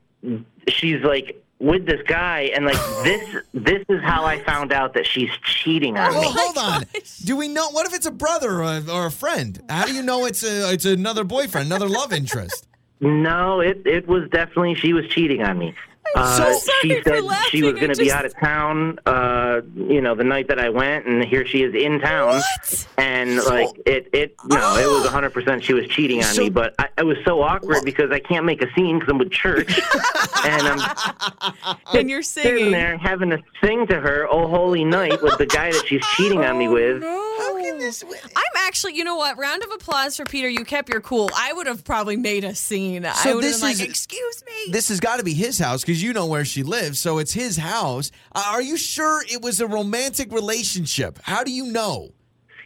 Speaker 10: she's like with this guy, and like this this is how I found out that she's cheating
Speaker 3: Oh
Speaker 10: on
Speaker 2: Well,
Speaker 10: me.
Speaker 2: hold on. Do we know? What if it's a brother or a, or a friend? How do you know it's a it's another boyfriend, another love interest?
Speaker 10: No, it it was definitely she was cheating on me. Uh,
Speaker 3: so sorry
Speaker 10: she
Speaker 3: for
Speaker 10: said
Speaker 3: laughing.
Speaker 10: she was
Speaker 3: I
Speaker 10: going to be
Speaker 3: just-
Speaker 10: out of town. Uh, you know, the night that I went, and here she is in town.
Speaker 3: What? Oh.
Speaker 10: And like it, it no, it was 100. percent She was cheating on
Speaker 2: So-
Speaker 10: me, but I, it was so awkward because I can't make a scene because I'm
Speaker 3: (laughs)
Speaker 10: with church, and I'm Um,
Speaker 3: And you're
Speaker 10: sitting
Speaker 3: singing.
Speaker 10: there having to sing to her "Oh Holy Night" with the guy that she's cheating on me with.
Speaker 3: How can this? Oh, I'm actually, you know what? Round of applause for Peter. You kept your cool. I would have probably made a scene. (laughs) I
Speaker 2: So
Speaker 3: would have
Speaker 2: this
Speaker 3: been
Speaker 2: is-
Speaker 3: like, "Excuse me."
Speaker 2: This has got to be his house because you know where she lives, so it's his house. Uh, are you sure it was a romantic relationship? How do you know?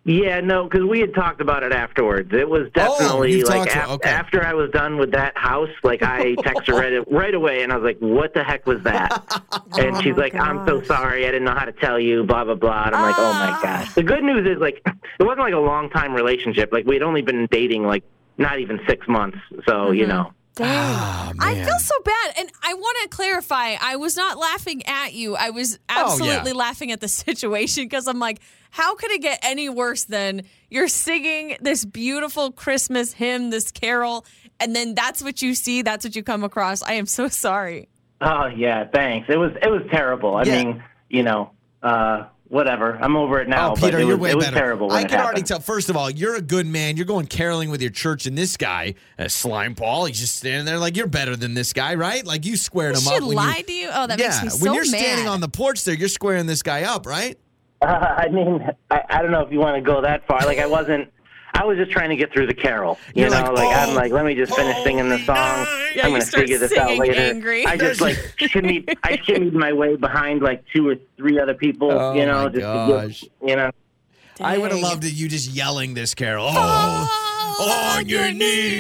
Speaker 10: Yeah, no, because we had talked about it afterwards. It was definitely
Speaker 2: you've
Speaker 10: like
Speaker 2: talked to-
Speaker 10: af-
Speaker 2: okay.
Speaker 10: after I was done with that house, like (laughs) I texted her right, right away, and I was like, "What the heck was (laughs) that?" And she's like, "I'm so sorry, I didn't know how to tell you." Blah blah blah. And I'm like, "Oh my gosh." The good news is like (clears throat) it wasn't like a long time relationship. Like we'd only been dating like not even six months, so you know.
Speaker 2: Ah,
Speaker 3: Mm. I
Speaker 2: man.
Speaker 3: feel so bad, and I want to clarify. I was not laughing at you. I was
Speaker 2: Oh, yeah.
Speaker 3: absolutely laughing at the (laughs) situation because I'm like, how could it get any worse than you're singing this beautiful Christmas hymn, this carol, and then that's what you see, that's what you come across. I am so (laughs) sorry.
Speaker 10: Oh yeah, thanks. It was it was terrible. I
Speaker 2: Yeah.
Speaker 10: mean, you know, uh, whatever. I'm over it now,
Speaker 2: Oh, Peter,
Speaker 10: but it
Speaker 2: you're
Speaker 10: was,
Speaker 2: way
Speaker 10: it was
Speaker 2: better.
Speaker 10: terrible. When
Speaker 2: I
Speaker 10: it
Speaker 2: can already
Speaker 10: happened.
Speaker 2: tell. First of all, you're a good man. You're going caroling with your church, and this guy, uh, Slime Paul, he's just standing there like you're better than this guy, right? Like you squared him
Speaker 3: She
Speaker 2: up. when you-
Speaker 3: lied to you. Oh, that
Speaker 2: yeah,
Speaker 3: makes me so
Speaker 2: when you're
Speaker 3: mad.
Speaker 2: standing on the porch there, you're squaring this guy up, right?
Speaker 10: Uh, I mean, I, I don't know if you want to go that far. Like, I wasn't. I was just trying to get through the carol. You
Speaker 2: You're
Speaker 10: know,
Speaker 2: like,
Speaker 10: like
Speaker 2: "Oh,
Speaker 10: I'm like, let me just finish singing the song.
Speaker 3: Yeah,
Speaker 10: I'm
Speaker 3: you
Speaker 10: gonna
Speaker 3: start
Speaker 10: figure this out
Speaker 3: singing
Speaker 10: later.
Speaker 3: angry.
Speaker 10: I just
Speaker 3: (laughs)
Speaker 10: like shimmied. I shimmied my way behind like two or three other people.
Speaker 2: Oh,
Speaker 10: you know,
Speaker 2: my
Speaker 10: just
Speaker 2: gosh.
Speaker 10: To get, you know.
Speaker 2: I would have loved it. You just yelling this, Carol. Oh, on your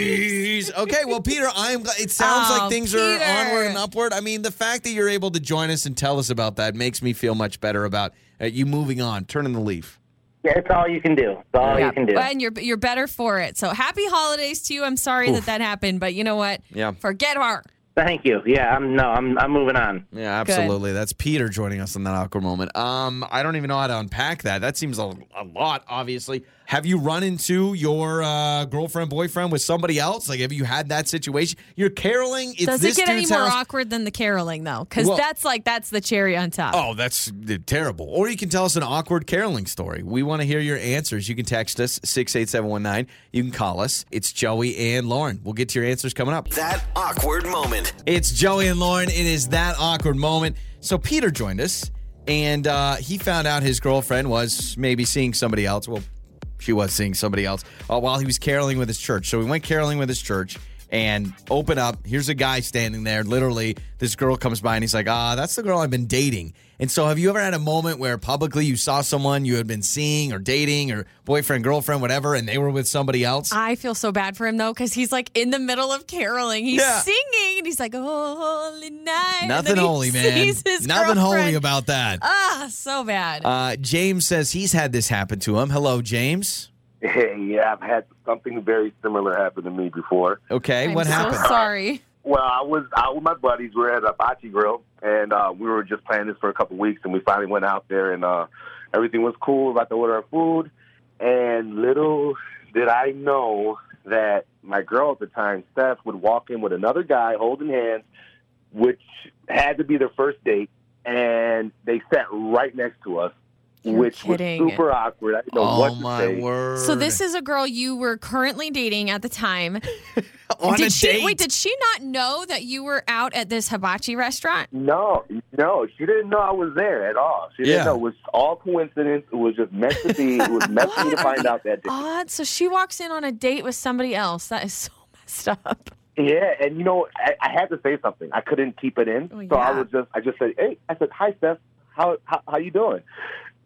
Speaker 2: knees. Okay, well, Peter, I'm. gl- It sounds
Speaker 3: Oh,
Speaker 2: like things
Speaker 3: Peter.
Speaker 2: are onward and upward. I mean, the fact that you're able to join us and tell us about that makes me feel much better about uh, you moving on, turning the leaf.
Speaker 10: Yeah, it's all you can do. It's all you can do.
Speaker 3: But- And you're you're better for it. So happy holidays to you. I'm sorry that that happened, but you know what?
Speaker 2: Yeah.
Speaker 3: Forget her.
Speaker 10: Thank you. Yeah, I'm no, I'm I'm moving on.
Speaker 2: Yeah,
Speaker 3: Good.
Speaker 2: absolutely. That's Peter joining us on that awkward moment. Um, I don't even know how to unpack that. That seems a, a lot, obviously. Have you run into your uh, girlfriend, boyfriend with somebody else? Like, have you had that situation? You're caroling. It's
Speaker 3: Does it
Speaker 2: this
Speaker 3: get any
Speaker 2: dude's
Speaker 3: more
Speaker 2: house.
Speaker 3: awkward than the caroling though? Because
Speaker 2: Well-
Speaker 3: that's like that's the cherry on top.
Speaker 2: Oh, that's uh, terrible. Or you can tell us an awkward caroling story. We want to hear your answers. You can text us 68719. You can call us. It's Joey and Lauren. We'll get to your answers coming up.
Speaker 5: That awkward moment.
Speaker 2: It's Joey and Lauren. It is that awkward moment. So Peter joined us and uh, he found out his girlfriend was maybe seeing somebody else. Well, she was seeing somebody else uh, while he was caroling with his church. So we went caroling with his church and open up. Here's a guy standing there. Literally, this girl comes by and he's like, ah, that's the girl I've been dating. And so have you ever had a moment where publicly you saw someone you had been seeing or dating or boyfriend, girlfriend, whatever, and they were with somebody else?
Speaker 3: I feel so bad for him though, because he's like in the middle of caroling, he's
Speaker 2: Yeah.
Speaker 3: singing, and he's like, "Oh, holy night." and then
Speaker 2: Nothing
Speaker 3: (laughs) he
Speaker 2: holy, man.
Speaker 3: sees his
Speaker 2: Nothing holy
Speaker 3: girlfriend.
Speaker 2: about that.
Speaker 3: Ah, so bad.
Speaker 2: Uh, James says he's had this happen to him. Hello, James.
Speaker 10: (laughs) Hey, yeah, I've had something very similar happen to me before.
Speaker 2: Okay,
Speaker 3: I'm
Speaker 2: what
Speaker 3: so
Speaker 2: happened?
Speaker 3: Sorry.
Speaker 10: Well, I was out with my buddies. We were at a bocce grill, and uh, we were just playing this for a couple weeks, and we finally went out there, and uh, everything was cool. We were about to order our food, and little did I know that my girl at the time, Steph, would walk in with another guy holding hands, which had to be their first date, and they sat right next to us,
Speaker 3: You're
Speaker 10: which
Speaker 3: kidding.
Speaker 10: was super awkward. I didn't know what
Speaker 2: oh
Speaker 10: to
Speaker 2: my
Speaker 10: say.
Speaker 2: word!
Speaker 3: So this is a girl you were currently dating at the time.
Speaker 2: on
Speaker 3: did
Speaker 2: a
Speaker 3: she
Speaker 2: date.
Speaker 3: wait? Did she not know that you were out at this hibachi restaurant?
Speaker 10: No, no, she didn't know I was there at all. She
Speaker 2: Yeah.
Speaker 10: didn't know. It was all coincidence. It was just meant to be. It was meant for me to find out that day.
Speaker 3: Odd. So she walks in on a date with somebody else. That is so (laughs) messed up.
Speaker 10: Yeah, and you know, I, I had to say something. I couldn't keep it in,
Speaker 3: Well,
Speaker 10: so I
Speaker 3: yeah.
Speaker 10: was just, I just said, "Hey," I said, "Hi, Steph. How how, how you doing?"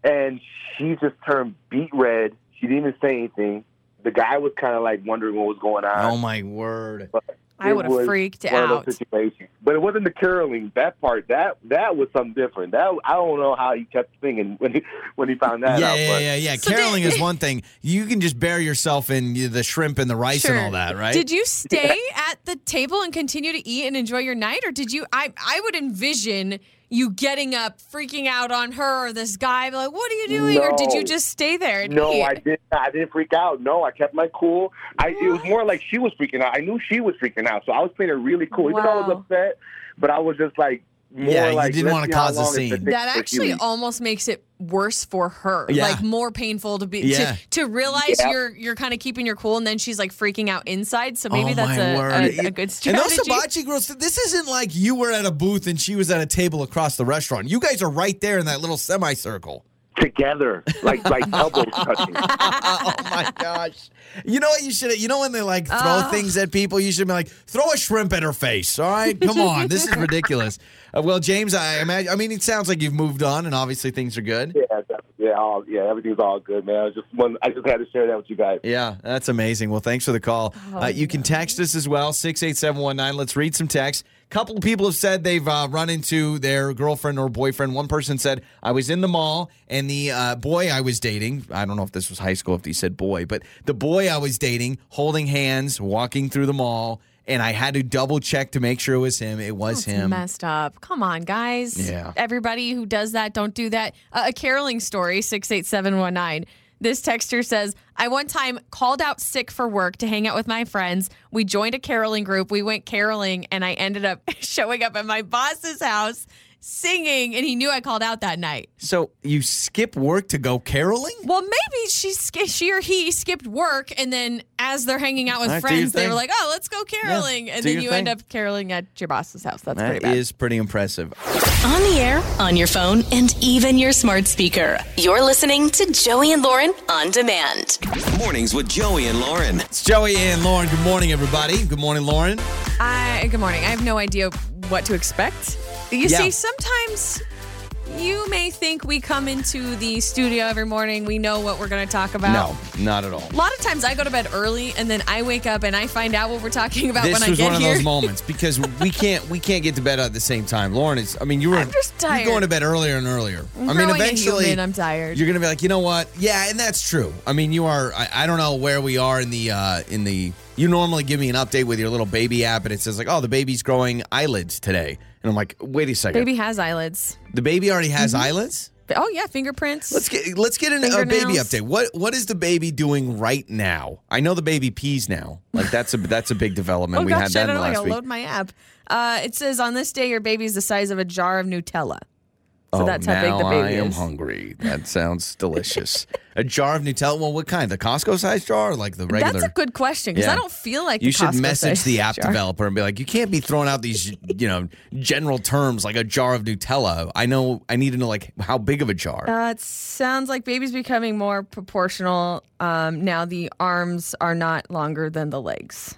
Speaker 10: And she just turned beet red. She didn't even say anything. The guy was kind of like wondering what was going on.
Speaker 2: oh my word!
Speaker 3: I
Speaker 10: It
Speaker 3: would have
Speaker 10: was
Speaker 3: freaked
Speaker 10: one of those
Speaker 3: out.
Speaker 10: situations. But it wasn't the caroling. That part, that that was something different. That I don't know how he kept singing when he when he found
Speaker 2: Yeah,
Speaker 10: that out.
Speaker 2: yeah,
Speaker 10: but-
Speaker 2: yeah, yeah.
Speaker 3: So
Speaker 2: Caroling
Speaker 3: (laughs) did-
Speaker 2: is one thing. You can just bury yourself in you know, the shrimp and the rice
Speaker 3: Sure.
Speaker 2: and all that, right?
Speaker 3: Did you stay at the table and continue to eat and enjoy your night, or did you? I I would envision you getting up, freaking out on her or this guy, be like, "What are you doing?" Or did you
Speaker 10: No.
Speaker 3: just stay there? And
Speaker 10: No,
Speaker 3: eat?
Speaker 10: I didn't. I didn't freak out. No, I kept my cool. I, it was more like she was freaking out. I knew she was freaking out, so I was playing it really cool. Even though I was
Speaker 3: Wow.
Speaker 10: upset, but I was just like more
Speaker 2: Yeah, you
Speaker 10: like
Speaker 2: didn't
Speaker 10: let's
Speaker 2: wanna
Speaker 10: see how
Speaker 2: cause a
Speaker 10: long it
Speaker 2: scene.
Speaker 10: takes
Speaker 3: That
Speaker 10: for
Speaker 3: actually
Speaker 10: you.
Speaker 3: almost makes it worse for her.
Speaker 2: Yeah.
Speaker 3: Like more painful to be
Speaker 2: Yeah.
Speaker 3: to, to realize
Speaker 10: Yeah.
Speaker 3: you're you're kind of keeping your cool and then she's like freaking out inside. So maybe
Speaker 2: oh
Speaker 3: that's
Speaker 2: my
Speaker 3: a,
Speaker 2: word.
Speaker 3: a, a good
Speaker 2: and
Speaker 3: strategy.
Speaker 2: those hibachi girls, this isn't like you were at a booth and she was at a table across the restaurant. You guys are right there in that little semicircle.
Speaker 10: together, like
Speaker 2: (laughs)
Speaker 10: like elbows touching.
Speaker 2: oh my gosh! You know what you should? You know when they like throw
Speaker 3: Uh.
Speaker 2: things at people, you should be like, throw a shrimp at her face. All right, come on, this is ridiculous. Uh, well, James, I imagine. I mean, it sounds like you've moved on, and obviously things are good.
Speaker 10: Yeah, that- yeah, all, yeah. Everything's all good, man. I just one. I just had to share that with you guys.
Speaker 2: Yeah, that's amazing. Well, thanks for the call.
Speaker 3: Oh,
Speaker 2: uh, you can text us as well six eight seven one nine. Let's read some texts. Couple of people have said they've uh, run into their girlfriend or boyfriend. One person said, "I was in the mall and the uh, boy I was dating. I don't know if this was high school. If he said boy, but the boy I was dating, holding hands, walking through the mall, and I had to double check to make sure it was him. It was
Speaker 3: That's
Speaker 2: him.
Speaker 3: messed up. Come on, guys.
Speaker 2: Yeah.
Speaker 3: Everybody who does that, don't do that. Uh, a caroling story, 68719. This texter says, I one time called out sick for work to hang out with my friends. We joined a caroling group. We went caroling, and I ended up (laughs) showing up at my boss's house singing, and he knew I called out that night.
Speaker 2: So you skip work to go caroling?
Speaker 3: Well, maybe she sk- she or he skipped work, and then as they're hanging out with
Speaker 2: All right, do your
Speaker 3: friends, they
Speaker 2: thing.
Speaker 3: were like, oh, let's go caroling. and
Speaker 2: do
Speaker 3: then
Speaker 2: your
Speaker 3: you end
Speaker 2: thing.
Speaker 3: up caroling at your boss's house. That's pretty
Speaker 2: That
Speaker 3: bad.
Speaker 2: is pretty impressive.
Speaker 1: On the air, on your phone, and even your smart speaker. You're listening to Joey and Lauren on demand.
Speaker 5: Mornings with Joey and Lauren.
Speaker 2: It's Joey and Lauren. Good morning, everybody. Good morning, Lauren.
Speaker 3: I good morning. I have no idea what to expect. You
Speaker 2: Yeah.
Speaker 3: see, sometimes you may think we come into the studio every morning, we know what we're going to talk about.
Speaker 2: No, not at all.
Speaker 3: A lot of times I go to bed early and then I wake up and I find out what we're talking about
Speaker 2: This
Speaker 3: when I
Speaker 2: was
Speaker 3: get
Speaker 2: one of
Speaker 3: here.
Speaker 2: those moments because
Speaker 3: (laughs)
Speaker 2: we can't we can't get to bed at the same time. Lauren is. I mean, you were
Speaker 3: I'm just
Speaker 2: you're
Speaker 3: tired.
Speaker 2: going to bed earlier and earlier.
Speaker 3: I'm
Speaker 2: I mean,
Speaker 3: growing a
Speaker 2: eventually
Speaker 3: human, I'm tired.
Speaker 2: You're gonna be like, you know what? Yeah, and that's true. I mean, you are. I, I don't know where we are in the uh in the. You normally give me an update with your little baby app, and it says like, oh, the baby's growing eyelids today, and I'm like, wait a second,
Speaker 3: Baby has eyelids.
Speaker 2: the baby already has eyelids.
Speaker 3: Oh yeah, fingerprints.
Speaker 2: Let's get let's get an, a baby
Speaker 3: Fingernails.
Speaker 2: update. What what is the baby doing right now? I know the baby pees now. Like that's a that's a big development.
Speaker 3: oh
Speaker 2: we had
Speaker 3: gosh,
Speaker 2: that
Speaker 3: I
Speaker 2: in
Speaker 3: don't
Speaker 2: the
Speaker 3: know. I
Speaker 2: last
Speaker 3: gotta
Speaker 2: week.
Speaker 3: load my app. Uh, it says on this day your baby's the size of a jar of Nutella. So
Speaker 2: oh,
Speaker 3: that's how
Speaker 2: now
Speaker 3: big the baby
Speaker 2: I am
Speaker 3: is.
Speaker 2: hungry. That sounds delicious. a jar of Nutella. Well, what kind? The Costco size jar, or like the regular.
Speaker 3: That's a good question because
Speaker 2: Yeah.
Speaker 3: I don't feel like
Speaker 2: you
Speaker 3: the
Speaker 2: should
Speaker 3: Costco
Speaker 2: message
Speaker 3: size
Speaker 2: the app
Speaker 3: jar.
Speaker 2: developer and be like, you can't be throwing out these, you know, general terms like a jar of Nutella. I know I need to know like how big of a jar.
Speaker 3: Uh, it sounds like baby's becoming more proportional. Um, now the arms are not longer than the legs.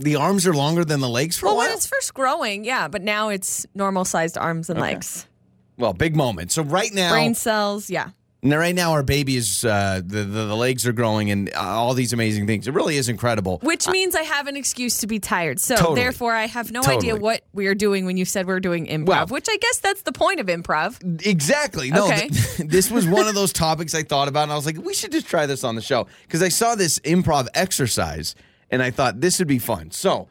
Speaker 2: the arms are longer than the legs for
Speaker 3: Well,
Speaker 2: a while.
Speaker 3: when it's first growing, yeah, but now it's normal sized arms and legs.
Speaker 2: well, big moment. So right now,
Speaker 3: Brain cells, yeah.
Speaker 2: Now, right now, our baby is uh, the, the the legs are growing and uh, all these amazing things. It really is incredible.
Speaker 3: Which means I have an excuse to be tired. So
Speaker 2: Totally.
Speaker 3: therefore, I have no idea
Speaker 2: Totally.
Speaker 3: what we are doing when you said we're doing improv,
Speaker 2: Well-
Speaker 3: which I guess that's the point of improv.
Speaker 2: Exactly. No,
Speaker 3: Okay.
Speaker 2: th- (laughs) this was one of those topics I thought about, and I was like, we should just try this on the show because I saw this improv exercise, and I thought this would be fun. So,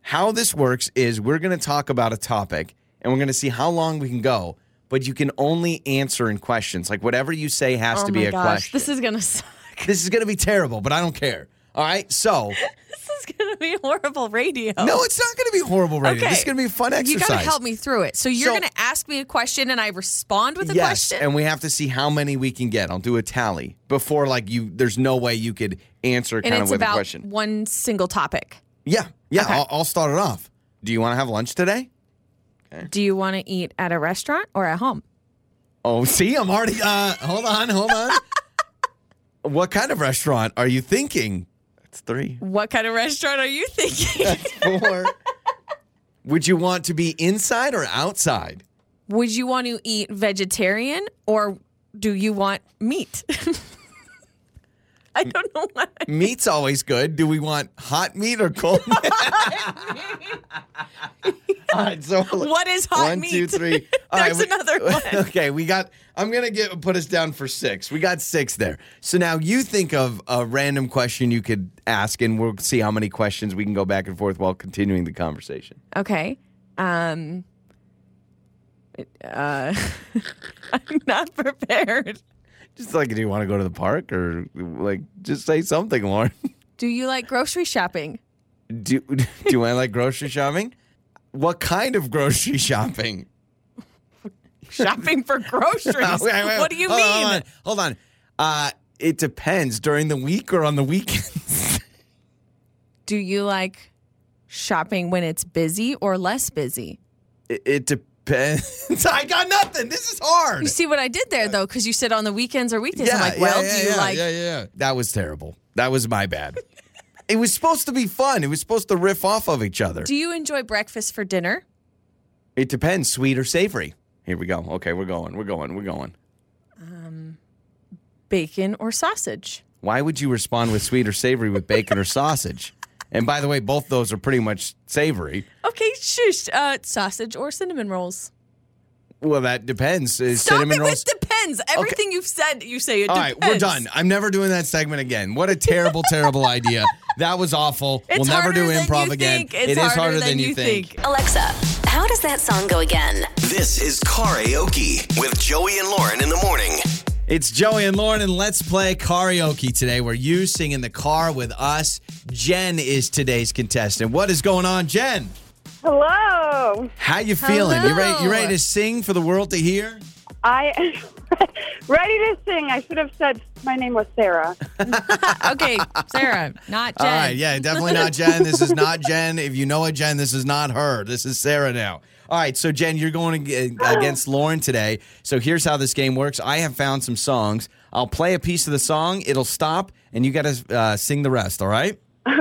Speaker 2: how this works is we're going to talk about a topic, and we're going to see how long we can go. But you can only answer in questions. Like whatever you say has
Speaker 3: oh
Speaker 2: to
Speaker 3: my
Speaker 2: be a
Speaker 3: gosh, (laughs)
Speaker 2: question.
Speaker 3: this is gonna suck.
Speaker 2: this is going to be terrible, but I don't care. All right. So
Speaker 3: This is gonna be horrible radio.
Speaker 2: no, it's not going to be horrible radio.
Speaker 3: Okay.
Speaker 2: This is going to be a fun exercise.
Speaker 3: You gotta help me through it. So you're
Speaker 2: So-
Speaker 3: gonna ask me a question and I respond with a
Speaker 2: yes,
Speaker 3: question.
Speaker 2: and we have to see how many we can get. I'll do a tally before like you. There's no way you could answer
Speaker 3: and
Speaker 2: kind of
Speaker 3: it's
Speaker 2: with a
Speaker 3: about
Speaker 2: question.
Speaker 3: one single topic.
Speaker 2: Yeah, yeah. I'll, I'll start it off. Do you want to have lunch today?
Speaker 3: Do you want to eat at a restaurant or at home?
Speaker 2: Oh, (laughs) see, I'm already. Uh, hold on, hold on. (laughs) what kind of restaurant are you thinking? That's three,
Speaker 3: What kind of restaurant are you thinking? (laughs)
Speaker 2: four. Would you want to be inside or outside?
Speaker 3: Would you want to eat vegetarian or do you want meat? (laughs) I don't know why.
Speaker 2: Meat's always good. Do we want hot meat or cold meat?
Speaker 3: (laughs)
Speaker 2: All right, so
Speaker 3: What is hot
Speaker 2: One,
Speaker 3: meat?
Speaker 2: two,
Speaker 3: (laughs)
Speaker 2: three. All
Speaker 3: There's
Speaker 2: we-
Speaker 3: another
Speaker 2: (laughs)
Speaker 3: one.
Speaker 2: Okay, we got. I'm gonna get put us down for six. We got six there. So now you think of a random question you could ask, and we'll see how many questions we can go back and forth while continuing the conversation.
Speaker 3: Okay. Um it- uh (laughs) I'm not prepared.
Speaker 2: Just like, do you want to go to the park or like just say something, Lauren?
Speaker 3: Do you like grocery shopping?
Speaker 2: Do (laughs) Do I like grocery shopping? What kind of grocery shopping?
Speaker 3: Shopping for groceries.
Speaker 2: Oh, (laughs) Wait, wait, wait.
Speaker 3: What do you
Speaker 2: Hold on,
Speaker 3: mean?
Speaker 2: hold on. Hold on. Uh, it depends during the week or on the weekends. (laughs)
Speaker 3: Do you like shopping when it's busy or less busy?
Speaker 2: it, it depends. (laughs) I got nothing. This is hard.
Speaker 3: You see what I did there though, because you said on the weekends or weekdays. I'm like,
Speaker 2: yeah,
Speaker 3: well,
Speaker 2: yeah,
Speaker 3: do you
Speaker 2: yeah,
Speaker 3: like
Speaker 2: Yeah, yeah. That was terrible. That was my
Speaker 3: (laughs)
Speaker 2: bad. it was supposed to be fun. It was supposed to riff off of each other.
Speaker 3: do you enjoy breakfast for dinner?
Speaker 2: it depends, sweet or savory. Here we go. Okay, we're going. We're going. We're going.
Speaker 3: Bacon or sausage?
Speaker 2: Why would you respond with sweet or savory with bacon or sausage? And by the way, both those are pretty much savory.
Speaker 3: Okay, shush. Uh, sausage or cinnamon rolls?
Speaker 2: Well, that depends. Is
Speaker 3: Stop
Speaker 2: cinnamon
Speaker 3: it
Speaker 2: rolls.
Speaker 3: with depends. Everything you've said, you say it
Speaker 2: All right,
Speaker 3: depends.
Speaker 2: we're done. I'm never doing that segment again. What a terrible, terrible idea. That was awful.
Speaker 3: It's
Speaker 2: we'll never
Speaker 3: harder
Speaker 2: do
Speaker 3: than
Speaker 2: improv
Speaker 3: you
Speaker 2: again.
Speaker 3: think.
Speaker 2: It
Speaker 3: It's
Speaker 2: is
Speaker 3: harder,
Speaker 2: than, you think.
Speaker 1: Alexa, how does that song go again?
Speaker 5: This is Karaoke with Joey and Lauren in the morning.
Speaker 2: It's Joey and Lauren, and let's play karaoke today, where you sing in the car with us. Jen is today's contestant. What is going on, Jen?
Speaker 6: Hello.
Speaker 2: How you feeling? You ready? You
Speaker 3: Hello.
Speaker 2: ready to sing for the world to hear?
Speaker 6: I (laughs) am ready to sing. I should have said my name was Sarah.
Speaker 2: (laughs)
Speaker 3: okay, Sarah, not Jen.
Speaker 2: All right, yeah, definitely not Jen. This is not Jen. If you know a Jen, this is not her. This is Sarah now. All right, so Jen, you're going ag- against Lauren today. So here's how this game works. I have found some songs. I'll play a piece of the song. It'll stop, and you got to uh, sing the rest. All right.
Speaker 6: Okay.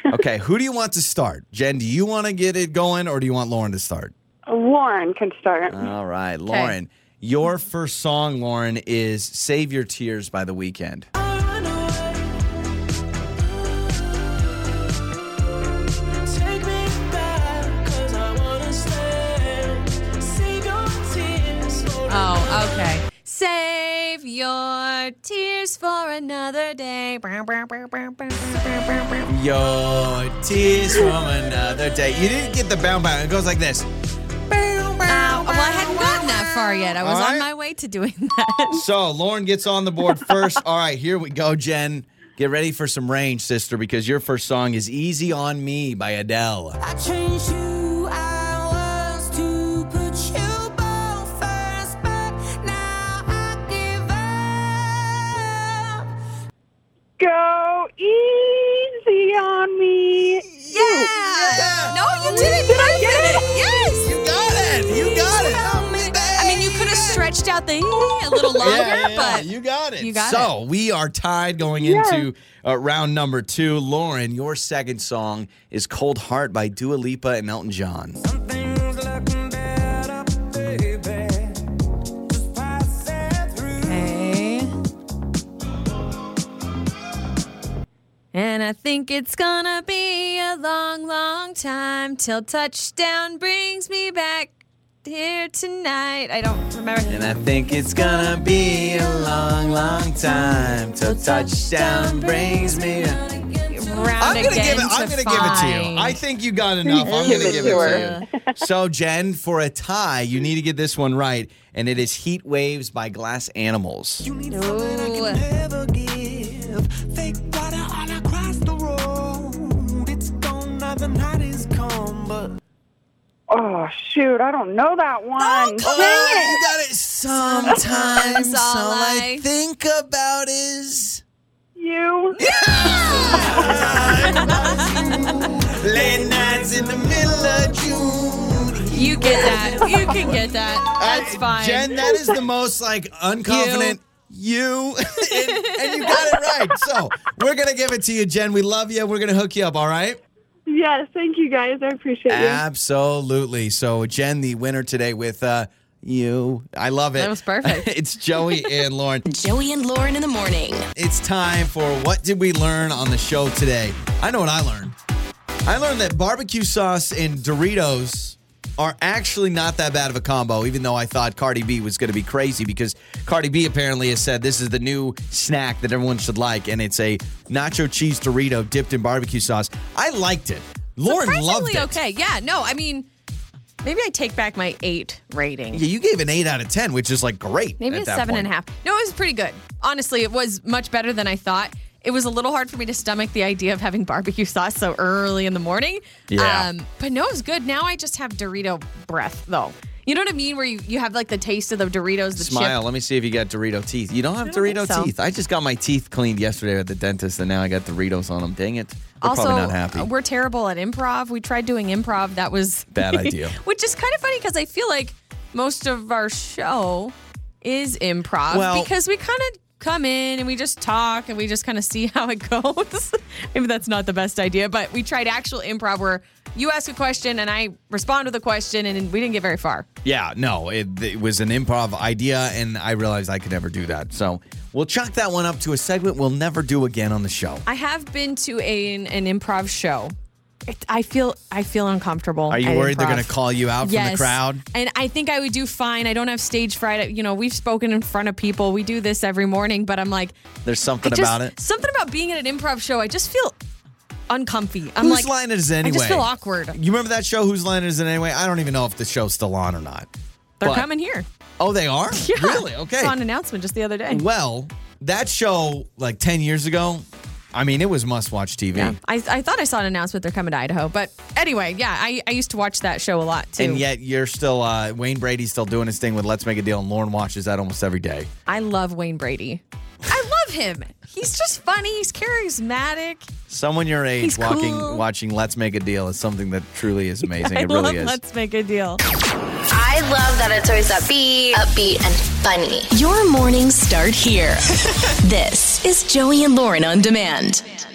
Speaker 6: (laughs)
Speaker 2: Okay, who do you want to start? Jen, do you want to get it going or do you want Lauren to start?
Speaker 6: Lauren can start.
Speaker 2: All right, Lauren. Your first song, Lauren, is Save Your Tears by The Weekend.
Speaker 3: Oh, okay. Save your tears for another day. That's
Speaker 2: Your tears from another day. You didn't get the bound bound. It goes like this.
Speaker 3: well, I hadn't gotten that far yet. I was
Speaker 2: All
Speaker 3: on
Speaker 2: right.
Speaker 3: my way to doing (laughs) that.
Speaker 2: So Lauren gets on the board first. All right, here we go, Jen. Get ready for some range, sister, because your first song is Easy on Me by Adele.
Speaker 3: Uh,
Speaker 11: I changed you, I was to put you both first, but now I give up.
Speaker 6: Go easy on me.
Speaker 3: Yeah. No, you didn't. Did I get it? Yes.
Speaker 2: You got it. You got it.
Speaker 3: I mean, you could have stretched out the a little longer,
Speaker 2: Yeah, yeah,
Speaker 3: but
Speaker 2: you got it.
Speaker 3: you got
Speaker 2: so we are tied going into uh, round number two. Lauren, your second song is "Cold Heart" by Dua Lipa and Elton John.
Speaker 3: Okay. And I think it's gonna be a long, long time till touchdown brings me back here tonight. I don't remember.
Speaker 2: And I think it's gonna be a long, long time till touchdown brings me.
Speaker 3: Round
Speaker 2: I'm gonna
Speaker 3: again
Speaker 2: give it. I'm
Speaker 3: to
Speaker 2: gonna give it to
Speaker 3: find-
Speaker 2: you. I think you got enough. I'm
Speaker 6: Give
Speaker 2: gonna
Speaker 6: it
Speaker 2: give
Speaker 6: to
Speaker 2: it
Speaker 6: her.
Speaker 2: to you. So Jen, for a tie, you need to get this one right, and it is "Heat Waves" by Glass Animals.
Speaker 3: Ooh.
Speaker 11: Never give. Fake water all across the road. It's gone, now the night is come, but
Speaker 6: Oh shoot, I don't know that one.
Speaker 2: Oh, you got it. Sometimes
Speaker 3: Sometimes all
Speaker 2: all I
Speaker 3: I-
Speaker 2: think about is
Speaker 6: You
Speaker 2: late nights in the middle of June.
Speaker 3: You get that. You can get that. That's
Speaker 2: I-
Speaker 3: fine.
Speaker 2: Jen, that is the most like unconfident you, (laughs) and, and you got it right. So we're gonna give it to you, Jen. We love you. We're gonna hook you up. All right.
Speaker 6: Yes, thank you guys. I appreciate you.
Speaker 2: Absolutely. So Jen, the winner today with uh you. I love it.
Speaker 3: That was
Speaker 2: (laughs)
Speaker 3: perfect.
Speaker 2: it's Joey and Lauren.
Speaker 1: Joey and Lauren in the morning.
Speaker 2: It's time for what did we learn on the show today? I know what I learned. I learned that barbecue sauce and Doritos are actually not that bad of a combo, even though I thought Cardi B was going to be crazy because Cardi B apparently has said this is the new snack that everyone should like, and it's a nacho cheese Dorito dipped in barbecue sauce. I liked it. Lauren loved
Speaker 3: Surprisingly
Speaker 2: it.
Speaker 3: okay. Yeah. No, I mean, maybe I take back my eight rating.
Speaker 2: Yeah, you gave an eight out of ten, which is like great.
Speaker 3: Maybe
Speaker 2: at
Speaker 3: it's
Speaker 2: that
Speaker 3: seven
Speaker 2: point.
Speaker 3: and a half. No, it was pretty good. Honestly, it was much better than I thought. It was a little hard for me to stomach the idea of having barbecue (laughs) sauce so early in the morning. Um,
Speaker 2: Yeah.
Speaker 3: but no, it was good. Now I just have Dorito breath, though. You know what I mean? Where you, you have like the taste of the Doritos, the
Speaker 2: Smile.
Speaker 3: chip.
Speaker 2: Let me see if you got Dorito teeth. You don't have
Speaker 3: don't think
Speaker 2: Dorito
Speaker 3: so.
Speaker 2: teeth. I just got my teeth cleaned yesterday at the dentist, and now I got Doritos on them. Dang it! They're
Speaker 3: also,
Speaker 2: probably not happy.
Speaker 3: uh, we're terrible at improv. We tried doing improv. That was
Speaker 2: (laughs)
Speaker 3: (laughs)
Speaker 2: Bad idea.
Speaker 3: Which is kind of funny because I feel like most of our show is improv
Speaker 2: Well-
Speaker 3: because we kind of come in and we just talk and we just kind of see (laughs) how it goes. (laughs) Maybe that's not the best idea, but we tried actual improv where you ask a question and I respond with a question and we didn't get very far.
Speaker 2: yeah, no, it, it was an improv idea, and I realized I could never do that. So we'll chalk that one up to a segment we'll never do again on the show.
Speaker 3: I have been to a, an, an improv show. It, I feel I feel uncomfortable.
Speaker 2: Are you
Speaker 3: at
Speaker 2: worried they're
Speaker 3: improv.
Speaker 2: going to call you out from the crowd?
Speaker 3: And I think I would do fine. I don't have stage fright. You know, we've spoken in front of people. We do this every morning, but I'm like,
Speaker 2: There's
Speaker 3: I
Speaker 2: something
Speaker 3: just,
Speaker 2: about it.
Speaker 3: something about being at an improv show. I just feel uncomfy. I'm
Speaker 2: Whose
Speaker 3: like,
Speaker 2: line it is it
Speaker 3: I
Speaker 2: anyway?
Speaker 3: just feel awkward. They're
Speaker 2: You remember that show? Whose line it is it anyway? I don't even know if the show's still on or not. But-
Speaker 3: coming here. (laughs)
Speaker 2: Oh, they are.
Speaker 3: Yeah.
Speaker 2: Really? Okay.
Speaker 3: Saw an announcement just the other day.
Speaker 2: Well, that show like 10 years ago, I mean, it was must watch TV.
Speaker 3: Yeah. I, I thought I saw an announcement they're coming to Idaho. But anyway, yeah, I, I used to watch that show a lot too.
Speaker 2: And yet you're still, uh, Wayne Brady's still doing his thing with Let's Make a Deal, and Lauren watches that almost every day.
Speaker 3: I love Wayne Brady. I love him. He's just funny. He's charismatic.
Speaker 2: Someone your age
Speaker 3: He's
Speaker 2: walking,
Speaker 3: cool.
Speaker 2: watching Let's Make a Deal is something that truly
Speaker 3: (laughs)
Speaker 2: is amazing.
Speaker 3: I
Speaker 2: it really
Speaker 3: love
Speaker 2: is.
Speaker 3: Let's Make a Deal.
Speaker 12: I love that it's always upbeat, upbeat, and funny.
Speaker 1: (laughs) Your mornings start here. this is Joey and Lauren on demand.